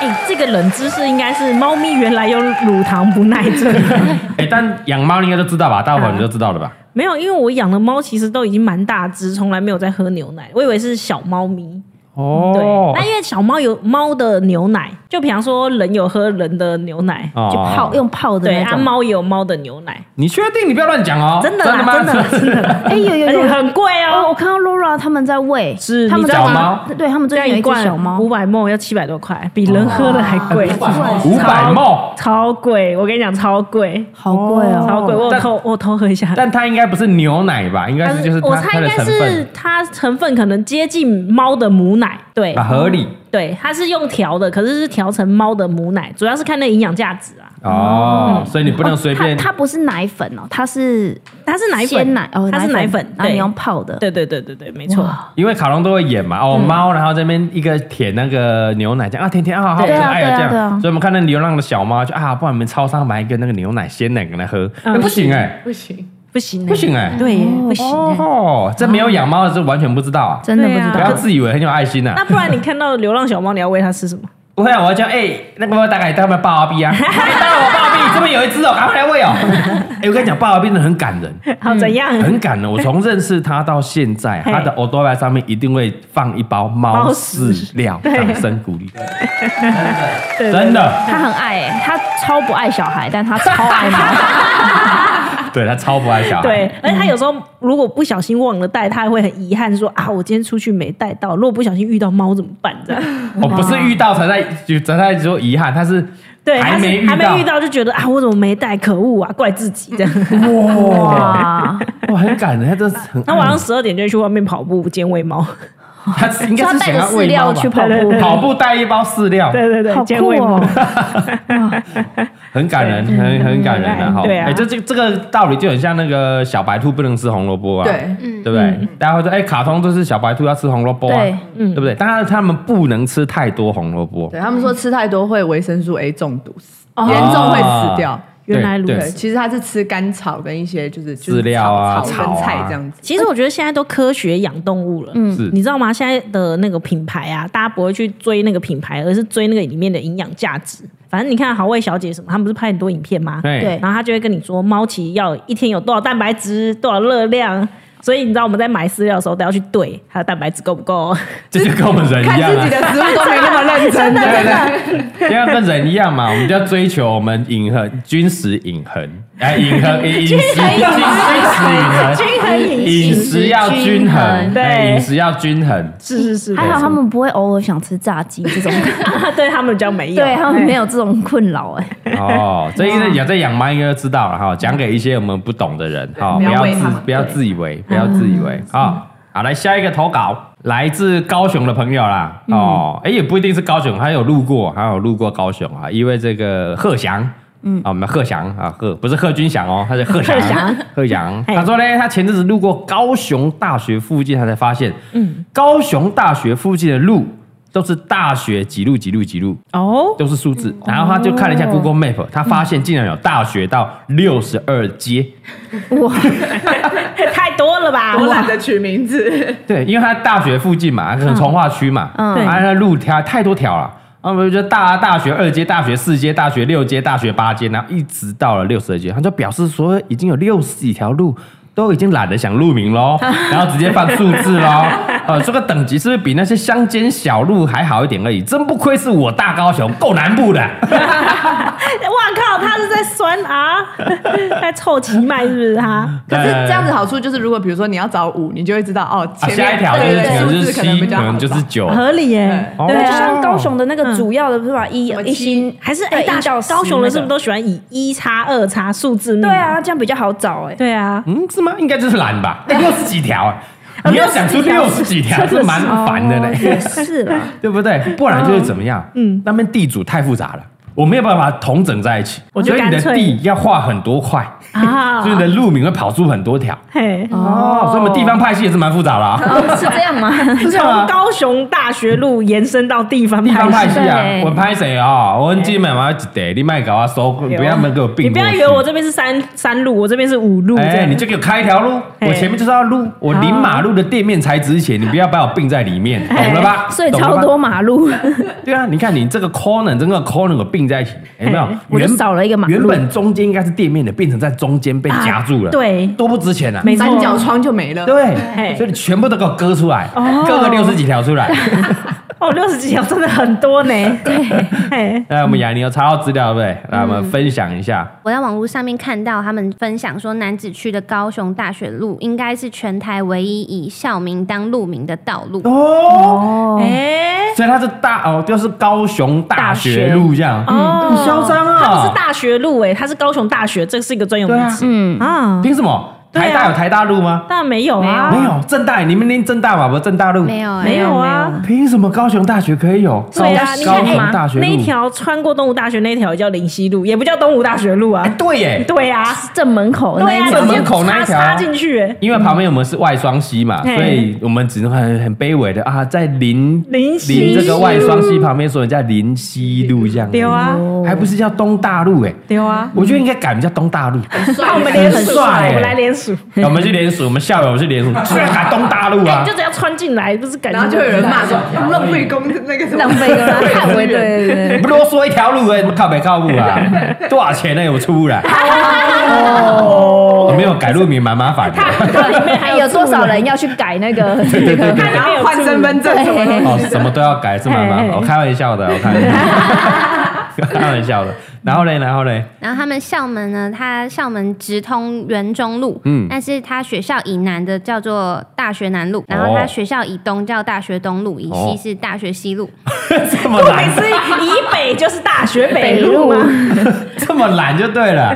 [SPEAKER 3] 哎，这个冷知识应该是猫咪原来有乳糖不耐症， (laughs)
[SPEAKER 1] 哎、但养猫你应该都知道吧？大
[SPEAKER 3] 嗯
[SPEAKER 1] 伙你都知道了吧？
[SPEAKER 3] 没有，因为我养的猫其实都已经蛮大只，从来没有在喝牛奶，我以为是小猫咪。
[SPEAKER 1] 哦
[SPEAKER 3] 对，，那因为小猫有猫的牛奶，就比方说人有喝人的牛奶，
[SPEAKER 1] 哦
[SPEAKER 2] 就泡用泡的
[SPEAKER 3] 对，
[SPEAKER 2] 那
[SPEAKER 3] 啊，
[SPEAKER 2] 种。
[SPEAKER 3] 猫也有猫的牛奶，
[SPEAKER 1] 你确定？你不要乱讲哦！
[SPEAKER 3] 真的啦，真
[SPEAKER 1] 吗？
[SPEAKER 3] 的啦真的
[SPEAKER 1] (laughs)
[SPEAKER 3] 啦，
[SPEAKER 2] 哎有有
[SPEAKER 3] 而且
[SPEAKER 2] 有，
[SPEAKER 3] 很贵
[SPEAKER 2] 哦，
[SPEAKER 3] 哦
[SPEAKER 2] 我，看到 Laura 他们在喂，
[SPEAKER 3] 是
[SPEAKER 2] 他们
[SPEAKER 3] 你知
[SPEAKER 1] 道
[SPEAKER 2] 在
[SPEAKER 1] 吗
[SPEAKER 2] 玩对他们最
[SPEAKER 3] 这样
[SPEAKER 2] 近有
[SPEAKER 3] 一
[SPEAKER 2] 一只
[SPEAKER 3] 罐
[SPEAKER 2] 小猫
[SPEAKER 3] 五，百梦要七百多块，比人喝的还贵，
[SPEAKER 1] 哦五百
[SPEAKER 3] 超
[SPEAKER 1] 梦，
[SPEAKER 3] 超贵，我跟你讲超贵，
[SPEAKER 2] 好贵哦，
[SPEAKER 3] 超贵，我有
[SPEAKER 1] 但
[SPEAKER 3] 偷我有偷喝一下。
[SPEAKER 1] (laughs) 但它应该不是牛奶吧？应该是就是
[SPEAKER 3] 呃我
[SPEAKER 1] 它
[SPEAKER 3] 猜
[SPEAKER 1] 它
[SPEAKER 3] 应
[SPEAKER 1] 的
[SPEAKER 3] 该
[SPEAKER 1] 成
[SPEAKER 3] 是
[SPEAKER 1] 分
[SPEAKER 3] 它成分可能接近猫的母奶，对，
[SPEAKER 1] 啊，合理。
[SPEAKER 3] 对，它是用调的，可是是调成猫的母奶，主要是看那营养价值啊。
[SPEAKER 1] 哦，所以你不能随便
[SPEAKER 2] 它它不是奶粉哦，它是
[SPEAKER 3] 它是奶粉，
[SPEAKER 2] 鲜奶哦，
[SPEAKER 3] 它是奶粉，
[SPEAKER 2] 然后
[SPEAKER 3] 对
[SPEAKER 2] 你用泡的，
[SPEAKER 3] 对对对对对，没错。
[SPEAKER 1] 因为卡通都会演嘛，哦，猫，然后这边一个舔那个牛奶，这样啊，舔舔啊，好好可
[SPEAKER 2] 对啊
[SPEAKER 1] 爱
[SPEAKER 2] 对啊
[SPEAKER 1] 这
[SPEAKER 2] 对啊
[SPEAKER 1] 样。所以我们看那流浪的小猫，就啊，不然你们超商买一个那个牛奶鲜奶给它喝，哎
[SPEAKER 3] 嗯
[SPEAKER 1] 不行哎，
[SPEAKER 6] 不行，
[SPEAKER 3] 不行、
[SPEAKER 1] 不，行哎，
[SPEAKER 3] 对耶，不行。
[SPEAKER 1] 哦，这没有养猫的是完全不知道啊，
[SPEAKER 2] 真的不知
[SPEAKER 1] 不
[SPEAKER 2] 道。
[SPEAKER 1] 要自以为很有爱心呐啊
[SPEAKER 3] (laughs) 那。不然你看到流浪小猫，你要喂它吃什么？ (laughs)
[SPEAKER 1] 不会啊，我要叫哎，那个大概他们抱阿 B 啊，哎当然我抱阿 B，这边有一只哦，赶快来喂哦。哎，我跟你讲，抱阿 B 真的很感人。
[SPEAKER 3] 好，怎样？
[SPEAKER 1] 很感人。我从认识他到现在，
[SPEAKER 3] 嘿
[SPEAKER 1] 他的 o d o r a 上面一定会放一包猫饲料，
[SPEAKER 3] 猫饲
[SPEAKER 1] 掌声鼓励，
[SPEAKER 3] 对
[SPEAKER 1] 真的，
[SPEAKER 2] 他很爱、欸，他超不爱小孩，但他超爱猫。
[SPEAKER 1] 对他超不爱小孩。
[SPEAKER 3] 对，而且他有时候如果不小心忘了带，他还会很遗憾说啊，我今天出去没带到。如果不小心遇到猫怎么办？这样，
[SPEAKER 1] (laughs) 我不是遇到才在就才在说遗憾，他是
[SPEAKER 3] 对，
[SPEAKER 1] 还
[SPEAKER 3] 他是
[SPEAKER 1] 没遇
[SPEAKER 3] 还没遇
[SPEAKER 1] 到，
[SPEAKER 3] 到就觉得啊，我怎么没带？可恶啊，怪自己这样。
[SPEAKER 1] (laughs) (laughs) 哇
[SPEAKER 2] 哇，
[SPEAKER 1] 哇，很感人，他真的是很
[SPEAKER 3] 那晚上十二点就去外面跑步兼喂
[SPEAKER 1] (laughs)
[SPEAKER 3] 猫，
[SPEAKER 1] 他应该
[SPEAKER 2] 他
[SPEAKER 1] 是
[SPEAKER 2] 带
[SPEAKER 1] 想
[SPEAKER 2] 着
[SPEAKER 1] 要
[SPEAKER 2] 饲
[SPEAKER 1] 喂猫
[SPEAKER 2] 料
[SPEAKER 1] 吧
[SPEAKER 2] 去跑
[SPEAKER 3] 对对
[SPEAKER 2] 步，
[SPEAKER 1] 跑步带一包饲料，
[SPEAKER 3] 对对对，
[SPEAKER 2] 好
[SPEAKER 3] 兼
[SPEAKER 2] 酷
[SPEAKER 3] 喂猫
[SPEAKER 2] 哦。！
[SPEAKER 1] 很感人，很很感人的哈。
[SPEAKER 3] 对啊
[SPEAKER 1] 哎，这这这个道理就很像那个小白兔不能吃红萝卜啊，
[SPEAKER 4] 对，
[SPEAKER 5] 嗯，
[SPEAKER 1] 对不对？大家会说，哎，卡通就是小白兔要吃红萝卜啊
[SPEAKER 2] 对，
[SPEAKER 1] 对不对？当然他们不能吃太多红萝卜，
[SPEAKER 4] 对他们说吃太多会维生素 A 中毒，
[SPEAKER 3] 哦
[SPEAKER 4] 严重会死
[SPEAKER 1] 啊
[SPEAKER 4] 掉。
[SPEAKER 3] 原来如
[SPEAKER 1] 对
[SPEAKER 4] 对，
[SPEAKER 3] 此。
[SPEAKER 4] 其实它是吃干草跟一些就是就是
[SPEAKER 1] 饲料啊
[SPEAKER 4] 草
[SPEAKER 1] 草
[SPEAKER 4] 跟
[SPEAKER 1] 啊
[SPEAKER 4] 菜这样子。
[SPEAKER 3] 其实我觉得现在都科学养动物了，嗯
[SPEAKER 1] 是
[SPEAKER 3] 你知道吗？现在的那个品牌啊，大家不会去追那个品牌，而是追那个里面的营养价值。反正你看好味小姐什么，他们不是拍很多影片吗？
[SPEAKER 1] 对
[SPEAKER 2] 对
[SPEAKER 3] 然后他就会跟你说，猫其实要一天有多少蛋白质，多少热量。所以你知道我们在买饲料的时候都要去对它的蛋白质够不够，
[SPEAKER 1] 这就跟我们人
[SPEAKER 4] 看
[SPEAKER 1] 一样
[SPEAKER 4] 自己
[SPEAKER 1] 啊，
[SPEAKER 4] 的食物都没那么认真，的，真的。
[SPEAKER 1] 因为跟人一样嘛，我们就要追求我们永恒军食永恒，哎，永恒饮饮食军
[SPEAKER 3] 均衡饮
[SPEAKER 1] 食饮食要均衡，
[SPEAKER 3] 对
[SPEAKER 1] 哎饮食要均衡，
[SPEAKER 3] 是是是，
[SPEAKER 2] 还好他们不会偶尔想吃炸鸡这种，
[SPEAKER 3] 对他们比较没有，
[SPEAKER 2] 对他们没有这种困扰哎、
[SPEAKER 1] (laughs) 哦，这一个有在养猫应该就知道了哈，讲给一些我们不懂的人哈，不
[SPEAKER 4] 不要
[SPEAKER 1] 要
[SPEAKER 4] 喂
[SPEAKER 1] 自
[SPEAKER 4] 他们
[SPEAKER 1] 不要自以为，不要自以为啊。好，来下一个投稿，来自高雄的朋友啦。哦，哎，也不一定是高雄，还有路过，还有路过高雄啊，因为这个贺翔。嗯，啊，我们贺翔啊，贺不是贺军翔哦，他是贺翔， (laughs) 贺翔。
[SPEAKER 3] 嘿
[SPEAKER 1] 他说呢，他前阵子路过高雄大学附近，他才发现，嗯，高雄大学附近的路都是大学几路几路几路，
[SPEAKER 3] 哦，
[SPEAKER 1] 都是数字。
[SPEAKER 4] 嗯
[SPEAKER 1] 然后他就看了一
[SPEAKER 4] 哦
[SPEAKER 1] 下 Google Map，他发现竟然有大学到六十二街。
[SPEAKER 3] 太多
[SPEAKER 2] (laughs)
[SPEAKER 3] 了吧？
[SPEAKER 4] (laughs) 我懒得取名字，
[SPEAKER 1] 对，因为他大学附近嘛，可能从化区嘛，
[SPEAKER 2] 嗯
[SPEAKER 1] 嗯，他那路条太多条了。然后我们就大大学二街、大学四街、大学六街、大学八街，然后一直到了六十二街，他就表示说已经有六十几条路都已经懒得想路名
[SPEAKER 4] (laughs)
[SPEAKER 1] 喽，然后直接放数字喽。呃，这个等级是不是比那些乡间小路还好一点而已？真不愧是我大高雄，够南部的。啊
[SPEAKER 3] 哇靠，他是在酸啊， (laughs) 在凑齐麦是不是他？
[SPEAKER 4] 可是这样子好处就是，如果比如说你要找五，你就会知道哦，
[SPEAKER 1] 啊，
[SPEAKER 4] 前面
[SPEAKER 1] 下一条就
[SPEAKER 4] 对
[SPEAKER 1] 是
[SPEAKER 4] 对
[SPEAKER 1] 可能就
[SPEAKER 4] 数
[SPEAKER 1] 是
[SPEAKER 4] 字可能
[SPEAKER 1] 七，
[SPEAKER 4] 比
[SPEAKER 1] 可
[SPEAKER 4] 较好
[SPEAKER 1] 能就是九。
[SPEAKER 3] 合理耶，
[SPEAKER 1] 哦
[SPEAKER 2] 对
[SPEAKER 3] 对
[SPEAKER 2] 啊，就
[SPEAKER 3] 啊，
[SPEAKER 2] 像高雄的那个主要的不是吧？一
[SPEAKER 4] 么
[SPEAKER 2] 一星
[SPEAKER 3] 还是哎，
[SPEAKER 2] 对
[SPEAKER 3] 大
[SPEAKER 2] 一到十
[SPEAKER 3] 高雄
[SPEAKER 2] 那
[SPEAKER 3] 人
[SPEAKER 2] 个
[SPEAKER 3] 是不是都喜欢以一叉二叉数字命
[SPEAKER 2] 对？啊，这样比较好找哎、
[SPEAKER 3] 对啊，
[SPEAKER 1] 嗯，是吗？应该就是懒吧，六十几条、啊，
[SPEAKER 3] 哦
[SPEAKER 1] 你要想出六十几条是蛮烦的
[SPEAKER 2] 哦
[SPEAKER 1] 嘞，
[SPEAKER 2] 也是啦。
[SPEAKER 1] 对不对？不然就是怎么样？嗯，那边地主太复杂了。我没有办法统整在一起，
[SPEAKER 3] 我就
[SPEAKER 1] 所以你的
[SPEAKER 3] 干脆
[SPEAKER 1] 地要画很多块，(laughs)
[SPEAKER 3] 啊
[SPEAKER 1] 所以你的路名会跑出很多条。
[SPEAKER 3] 嘿，
[SPEAKER 1] 哦，所以我们地方派系也是蛮复杂的啊，
[SPEAKER 2] 哦，是这样吗？
[SPEAKER 1] 是这样
[SPEAKER 3] 从
[SPEAKER 1] 啊。
[SPEAKER 3] 高雄大学路延伸到地方
[SPEAKER 1] 地方
[SPEAKER 3] (laughs)
[SPEAKER 1] 派
[SPEAKER 3] 派系
[SPEAKER 1] 系啊
[SPEAKER 2] 对，
[SPEAKER 1] 我拍谁啊？我跟金门嘛一得，你卖搞啊收，不要那给我并
[SPEAKER 3] 你不要
[SPEAKER 1] 过
[SPEAKER 3] 以
[SPEAKER 1] 去
[SPEAKER 3] 为我这边是三三路，我这边是五路，这
[SPEAKER 1] 哎，
[SPEAKER 3] 样
[SPEAKER 1] 你就给我开一条路，
[SPEAKER 3] 哎
[SPEAKER 1] 我前面就是要路，我临马路的店面才值钱，你不要把我并在里面，懂了吧？
[SPEAKER 2] 哎所以
[SPEAKER 1] 懂了
[SPEAKER 2] 超
[SPEAKER 1] 吧
[SPEAKER 2] 多。马路，
[SPEAKER 1] 对啊，你看你这个 corner 整个 corner 我并在一起，有没有？
[SPEAKER 2] 哎我就
[SPEAKER 1] 原
[SPEAKER 2] 少了一个马路
[SPEAKER 1] 原本中间应该是店面的，变成在中间被夹住了，
[SPEAKER 3] 啊对
[SPEAKER 1] 多不值钱啊。
[SPEAKER 3] 没错
[SPEAKER 4] 三角窗就没了。
[SPEAKER 2] 哎
[SPEAKER 1] 对，所以你全部都给我割出来，
[SPEAKER 2] 哦
[SPEAKER 1] 割个六十几条出
[SPEAKER 2] (laughs)
[SPEAKER 1] 来。
[SPEAKER 3] 哦，六十几条真的很多呢。对，哎
[SPEAKER 1] 哎来，我们雅尼有查到资料对不对？
[SPEAKER 2] 嗯
[SPEAKER 1] 来，我们分享一下。
[SPEAKER 5] 我在网络上面看到他们分享说，南子区的高雄大学路应该是全台唯一以校名当路名的道路。
[SPEAKER 1] 哦，
[SPEAKER 3] 哎，
[SPEAKER 1] 所以它是大哦，就是高雄大学
[SPEAKER 2] 大学
[SPEAKER 1] 路这样，
[SPEAKER 3] 哦
[SPEAKER 1] 很嚣张
[SPEAKER 3] 它不是
[SPEAKER 1] 啊！
[SPEAKER 3] 大学路哎，它是高雄大学，这是一个专有
[SPEAKER 1] 对
[SPEAKER 3] 名
[SPEAKER 1] 啊
[SPEAKER 3] 词。嗯啊，
[SPEAKER 1] 凭什么？
[SPEAKER 3] 对啊
[SPEAKER 1] 台大有台大路吗？
[SPEAKER 3] 当然没有啊，
[SPEAKER 1] 没有，正大你们念正大吧？不，正大路
[SPEAKER 5] 没有欸，
[SPEAKER 3] 没有啊
[SPEAKER 5] 没有，
[SPEAKER 1] 凭什么高雄大学可以有？
[SPEAKER 3] 对啊，
[SPEAKER 1] 高
[SPEAKER 3] 你
[SPEAKER 1] 高
[SPEAKER 3] 看
[SPEAKER 1] 雄
[SPEAKER 3] 哎
[SPEAKER 1] 大学路
[SPEAKER 3] 那一条穿过东吴大学那一条也叫林溪路，也不叫东吴大学路
[SPEAKER 1] 哎，
[SPEAKER 3] 啊。
[SPEAKER 1] 对耶，
[SPEAKER 3] 对啊，
[SPEAKER 2] 正门口那
[SPEAKER 3] 对啊，
[SPEAKER 2] 一
[SPEAKER 1] 正
[SPEAKER 2] 种
[SPEAKER 1] 门口那一条啊
[SPEAKER 3] 插插进去哎，
[SPEAKER 1] 因为旁边我们是外双溪嘛，
[SPEAKER 3] 嘿
[SPEAKER 1] 所以我们只能很很卑微的啊，在林
[SPEAKER 3] 林溪
[SPEAKER 1] 林这个外双溪旁边，所以叫林溪路这样。
[SPEAKER 3] 丢啊
[SPEAKER 1] 还不是叫东大路哎，
[SPEAKER 3] 丢啊！
[SPEAKER 1] 我觉得应该改名叫东大路。
[SPEAKER 3] 那我们联
[SPEAKER 1] 很
[SPEAKER 3] 署，
[SPEAKER 1] 帅欸
[SPEAKER 3] 我们来联署，
[SPEAKER 1] 我们去联署，我们校友去
[SPEAKER 3] (laughs)
[SPEAKER 1] 联署，居然改东大路
[SPEAKER 3] 哎
[SPEAKER 1] 啊
[SPEAKER 3] (laughs) 就！只要穿进来，不是感觉
[SPEAKER 4] 然后就有人骂说浪费公那个什么
[SPEAKER 2] 浪费了，太危对对对。
[SPEAKER 1] 你不啰嗦一条路哎，怎么靠北靠步啊？多少钱呢？我出不来。哦，没有改路名蛮麻烦的。
[SPEAKER 3] (laughs) 里面还
[SPEAKER 2] 还有多少人要去改那个？
[SPEAKER 1] 对对对。
[SPEAKER 4] 然后换身份证什么的。
[SPEAKER 1] 哦，什么都要改是蛮麻烦。
[SPEAKER 3] 嘿
[SPEAKER 1] 我开玩笑的，我开玩笑的，开玩笑的。然后嘞，然后嘞， (laughs)
[SPEAKER 5] 然后他们校门呢，它校门直通园中路，
[SPEAKER 1] 嗯
[SPEAKER 5] 嗯，但是它学校以南的叫做大学南路，然后它学校以东叫大学东路，以
[SPEAKER 1] 哦
[SPEAKER 5] 西是大学西路。
[SPEAKER 1] 这么
[SPEAKER 3] 每
[SPEAKER 1] 懒，
[SPEAKER 3] 次以北就是大学北路啊
[SPEAKER 2] 北
[SPEAKER 3] 吗？
[SPEAKER 1] 这么懒就对了。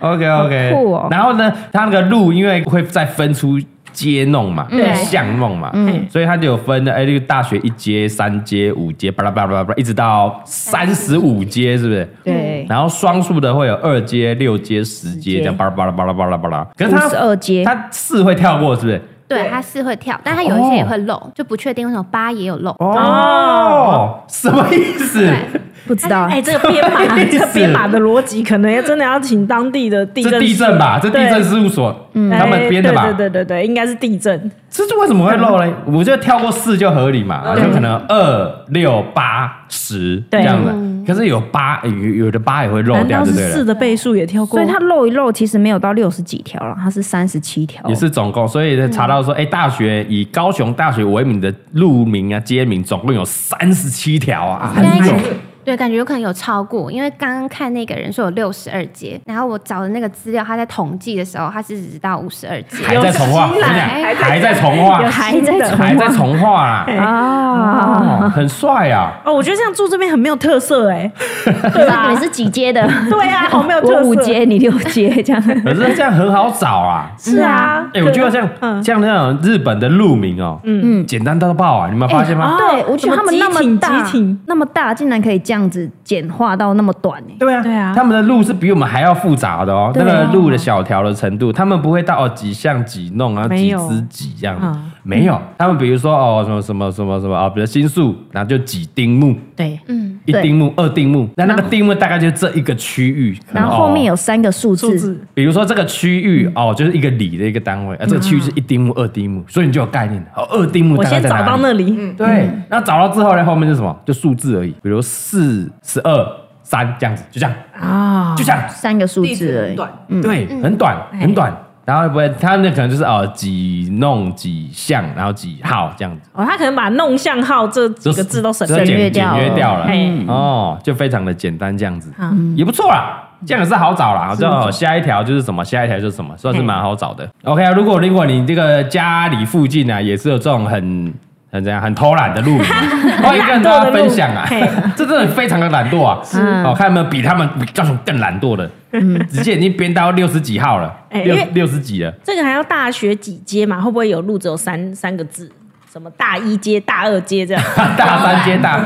[SPEAKER 1] OK
[SPEAKER 2] 好
[SPEAKER 1] OK，、
[SPEAKER 2] 酷哦
[SPEAKER 1] 然后呢，它那个路因为会再分出街弄嘛，
[SPEAKER 5] 对
[SPEAKER 1] 巷弄嘛，
[SPEAKER 2] 嗯
[SPEAKER 1] 所以它就有分的，哎，这个大学一街、三街、五街，巴拉巴拉巴拉巴拉，一直到三十五街，是不是？
[SPEAKER 2] 对，
[SPEAKER 1] 然后双数的会有二街、六街、十街，这样巴拉巴拉巴拉巴拉巴拉。可是
[SPEAKER 2] 五十
[SPEAKER 1] 它
[SPEAKER 2] 二街，
[SPEAKER 1] 它四会跳过，是不是？
[SPEAKER 5] 对，它是会跳，但它有一些也会漏，就不确定为什么八也有漏。
[SPEAKER 1] 哦，什么意思？
[SPEAKER 5] 对
[SPEAKER 2] 不知
[SPEAKER 1] 啊
[SPEAKER 2] 道
[SPEAKER 3] 哎，这个编
[SPEAKER 1] (laughs)
[SPEAKER 3] 码，这个编码的逻辑，可能要真的要请当地的地
[SPEAKER 1] 这
[SPEAKER 3] 震
[SPEAKER 1] 地震吧，这地震
[SPEAKER 3] 是
[SPEAKER 1] 事务所他们编的吧？
[SPEAKER 3] 对对嗯对对对，应该是地震。
[SPEAKER 1] 这是为什么会漏嘞？我觉得跳过四就合理嘛，啊就
[SPEAKER 2] 对
[SPEAKER 1] 可能二六八十这
[SPEAKER 3] 对嗯
[SPEAKER 1] 样的。可是有八，有有的八也会漏
[SPEAKER 3] 难
[SPEAKER 1] 掉，
[SPEAKER 3] 道
[SPEAKER 1] 对
[SPEAKER 3] 是
[SPEAKER 1] 不对
[SPEAKER 3] 四
[SPEAKER 1] 了？
[SPEAKER 3] 的倍数也跳过？
[SPEAKER 2] 所以它漏一漏，其实没有到六十几条了，它是三十七条。
[SPEAKER 1] 也是总共，所以查到说，
[SPEAKER 3] 嗯
[SPEAKER 1] 哎，大学以高雄大学为名的路名啊、街名，总共有三十七条啊，
[SPEAKER 3] 嗯
[SPEAKER 5] 现在
[SPEAKER 1] 很
[SPEAKER 5] 感
[SPEAKER 1] 猛
[SPEAKER 5] 觉对，感觉有可能有超过，因为刚刚看那个人说有六十二节，然后我找的那个资料，他在统计的时候，他是只到五十二节。
[SPEAKER 1] 还在重化，我跟你讲，还在重化，
[SPEAKER 2] 还在重
[SPEAKER 1] 还在重化
[SPEAKER 3] (laughs)
[SPEAKER 1] 啦，
[SPEAKER 3] 哎
[SPEAKER 2] 哎啊，
[SPEAKER 1] 哦很帅啊！
[SPEAKER 3] 哦，我觉得这样住这边很没有特色哎。
[SPEAKER 2] 对啊吧？你是几阶的？
[SPEAKER 3] 对啊，好没有
[SPEAKER 2] 我
[SPEAKER 3] 特
[SPEAKER 2] 五
[SPEAKER 3] 色。
[SPEAKER 2] 阶，你六阶，这样。
[SPEAKER 1] 可是这样很好找啊，
[SPEAKER 3] (laughs) 是啊，
[SPEAKER 1] 哎、我觉得像、
[SPEAKER 3] 嗯
[SPEAKER 1] 像那种日本的路名哦，嗯嗯，简单到爆啊！你们有发现吗？
[SPEAKER 3] 哎
[SPEAKER 2] 对，我觉得他们那哦么
[SPEAKER 3] 什么
[SPEAKER 2] 大
[SPEAKER 3] 集挺集挺，
[SPEAKER 2] 那么大，竟然可以这样子简化到那么短欸呢？
[SPEAKER 1] 对啊，
[SPEAKER 3] 对啊
[SPEAKER 1] 他们的路是比我们还要复杂的哦，
[SPEAKER 2] 对啊
[SPEAKER 1] 那个路的小条的程度，他们不会到哦几巷几弄啊
[SPEAKER 3] 没
[SPEAKER 1] 几
[SPEAKER 3] 有
[SPEAKER 1] 支几这样
[SPEAKER 3] 嗯
[SPEAKER 1] 没有。他们比如说哦什么什么什么什么啊，比如新宿，然后就几丁目，
[SPEAKER 3] 对，
[SPEAKER 5] 嗯，
[SPEAKER 1] 一
[SPEAKER 2] 对
[SPEAKER 1] 丁目、二丁目，那那个丁目大概就这一个区域，可能
[SPEAKER 2] 然后后面
[SPEAKER 1] 哦
[SPEAKER 2] 有三个数
[SPEAKER 3] 数
[SPEAKER 2] 字，
[SPEAKER 3] 字
[SPEAKER 1] 比如说这个区
[SPEAKER 3] 嗯
[SPEAKER 1] 域哦，就是一个里的一个单位，啊，这个区域是一丁目、二丁目，所以你就有概念了。哦，二丁目
[SPEAKER 3] 我
[SPEAKER 1] 大概
[SPEAKER 3] 先
[SPEAKER 1] 在
[SPEAKER 3] 找
[SPEAKER 1] 哪
[SPEAKER 3] 到
[SPEAKER 1] 里嗯
[SPEAKER 3] 那里。
[SPEAKER 1] 对，那找到之后呢，后面是什么？就数字而已，比如四、十二、三这样子，就这样，
[SPEAKER 3] 啊
[SPEAKER 1] 就这样，
[SPEAKER 2] 三个数字而已。
[SPEAKER 4] 短，
[SPEAKER 1] 对，很短，很短。然后不会，他们可能就是哦几弄几项，然后几号这样子，
[SPEAKER 3] 哦，他可能把弄向号这几
[SPEAKER 1] 就是
[SPEAKER 3] 个字都省哎
[SPEAKER 1] 就是简
[SPEAKER 3] 略。
[SPEAKER 2] 略掉
[SPEAKER 1] 简
[SPEAKER 2] 了
[SPEAKER 1] 约掉了
[SPEAKER 3] 嘿，
[SPEAKER 1] 哦，就非常的简单这样子，
[SPEAKER 3] 嗯
[SPEAKER 1] 也不错啦。这样也是好找啦，知道下一条就是什么，下一条就是什么，算是蛮好找的。OK 啊，如果如果你这个家里附近啊，也是有这种很很怎样很偷懒的路民，啊
[SPEAKER 3] (laughs)
[SPEAKER 1] 欢迎跟大家分享啊
[SPEAKER 3] 很懒惰的路嘿，
[SPEAKER 1] (laughs) 这真的非常的懒惰啊。
[SPEAKER 2] 嗯
[SPEAKER 1] 哦，看有没有比他们比高雄更懒惰的，直接已经编到六十几号了，
[SPEAKER 3] 嗯哎
[SPEAKER 1] 六
[SPEAKER 3] 因为
[SPEAKER 1] 六十几了。
[SPEAKER 3] 这个还要大学几阶嘛？会不会有路只有三三个字？什么大一街、大二街这样？
[SPEAKER 1] (laughs) 大三街大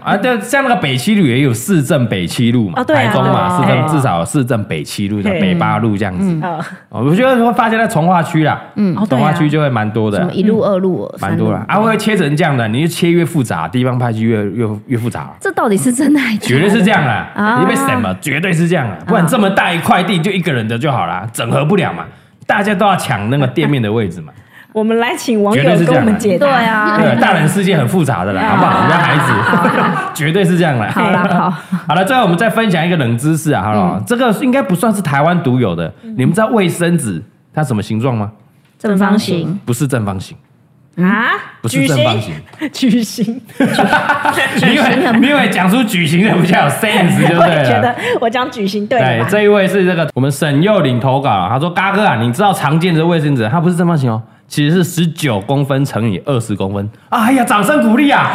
[SPEAKER 1] (laughs) 啊，对，像那个北七路也有市政北七路嘛，
[SPEAKER 3] 哦对啊
[SPEAKER 1] 台中嘛，市
[SPEAKER 3] 对
[SPEAKER 1] 政
[SPEAKER 3] 啊
[SPEAKER 1] 至少有市政北七路、
[SPEAKER 3] 对
[SPEAKER 1] 北八路这样子。
[SPEAKER 3] 呃，
[SPEAKER 1] 哦我觉得会发现在从化区啦，嗯
[SPEAKER 3] 哦
[SPEAKER 1] 从
[SPEAKER 3] 对啊
[SPEAKER 1] 化区就会蛮多的
[SPEAKER 2] 什么
[SPEAKER 1] 啊，
[SPEAKER 2] 一路、二路、
[SPEAKER 1] 蛮
[SPEAKER 2] 三路
[SPEAKER 1] 多的啊，会切成这样的，你就切越复杂，地方派系越越越复杂。
[SPEAKER 2] 这到底是真的还是假的？
[SPEAKER 1] 绝对是这样啦，
[SPEAKER 3] 哦
[SPEAKER 2] 啊
[SPEAKER 1] 你被审了，绝对是这样啦，不然这么大一块地就一个人的就好啦，整合不了嘛，大家都要抢那个店面的位置嘛。
[SPEAKER 3] 我们来请网友
[SPEAKER 1] 绝对是
[SPEAKER 3] 跟
[SPEAKER 1] 这样
[SPEAKER 3] 我们解答。
[SPEAKER 2] 对，啊，
[SPEAKER 1] 对，大人世界很复杂的
[SPEAKER 3] 哦
[SPEAKER 1] 啦，好不好？人家孩子
[SPEAKER 3] (laughs)
[SPEAKER 1] 绝对是这样啦。
[SPEAKER 2] 好啦，好，
[SPEAKER 1] 好了，最后我们再分享一个冷知识啊，好
[SPEAKER 3] 嗯
[SPEAKER 1] 了，这个应该不算是台湾独有的。你们知道卫生纸它什么形状吗？
[SPEAKER 3] 正方形
[SPEAKER 1] 不是正方形，
[SPEAKER 3] 啊，
[SPEAKER 1] 不是
[SPEAKER 3] 矩
[SPEAKER 1] 正方
[SPEAKER 3] 形， (laughs)
[SPEAKER 1] 形，
[SPEAKER 3] 矩形。
[SPEAKER 1] 因为因为讲出矩形的比较有
[SPEAKER 3] (laughs)
[SPEAKER 1] sense 就对
[SPEAKER 3] 啊我也觉
[SPEAKER 1] 了
[SPEAKER 3] 得。我讲矩形对
[SPEAKER 1] 对
[SPEAKER 3] 了，吧？
[SPEAKER 1] 这一位是这个我们沈幼玲投稿啊，他说：“嘎哥啊，你知道常见的卫生纸它不是正方形哦，其实是十九公分乘以二十公分。哎呀，掌声鼓励
[SPEAKER 3] (laughs)
[SPEAKER 1] 啊！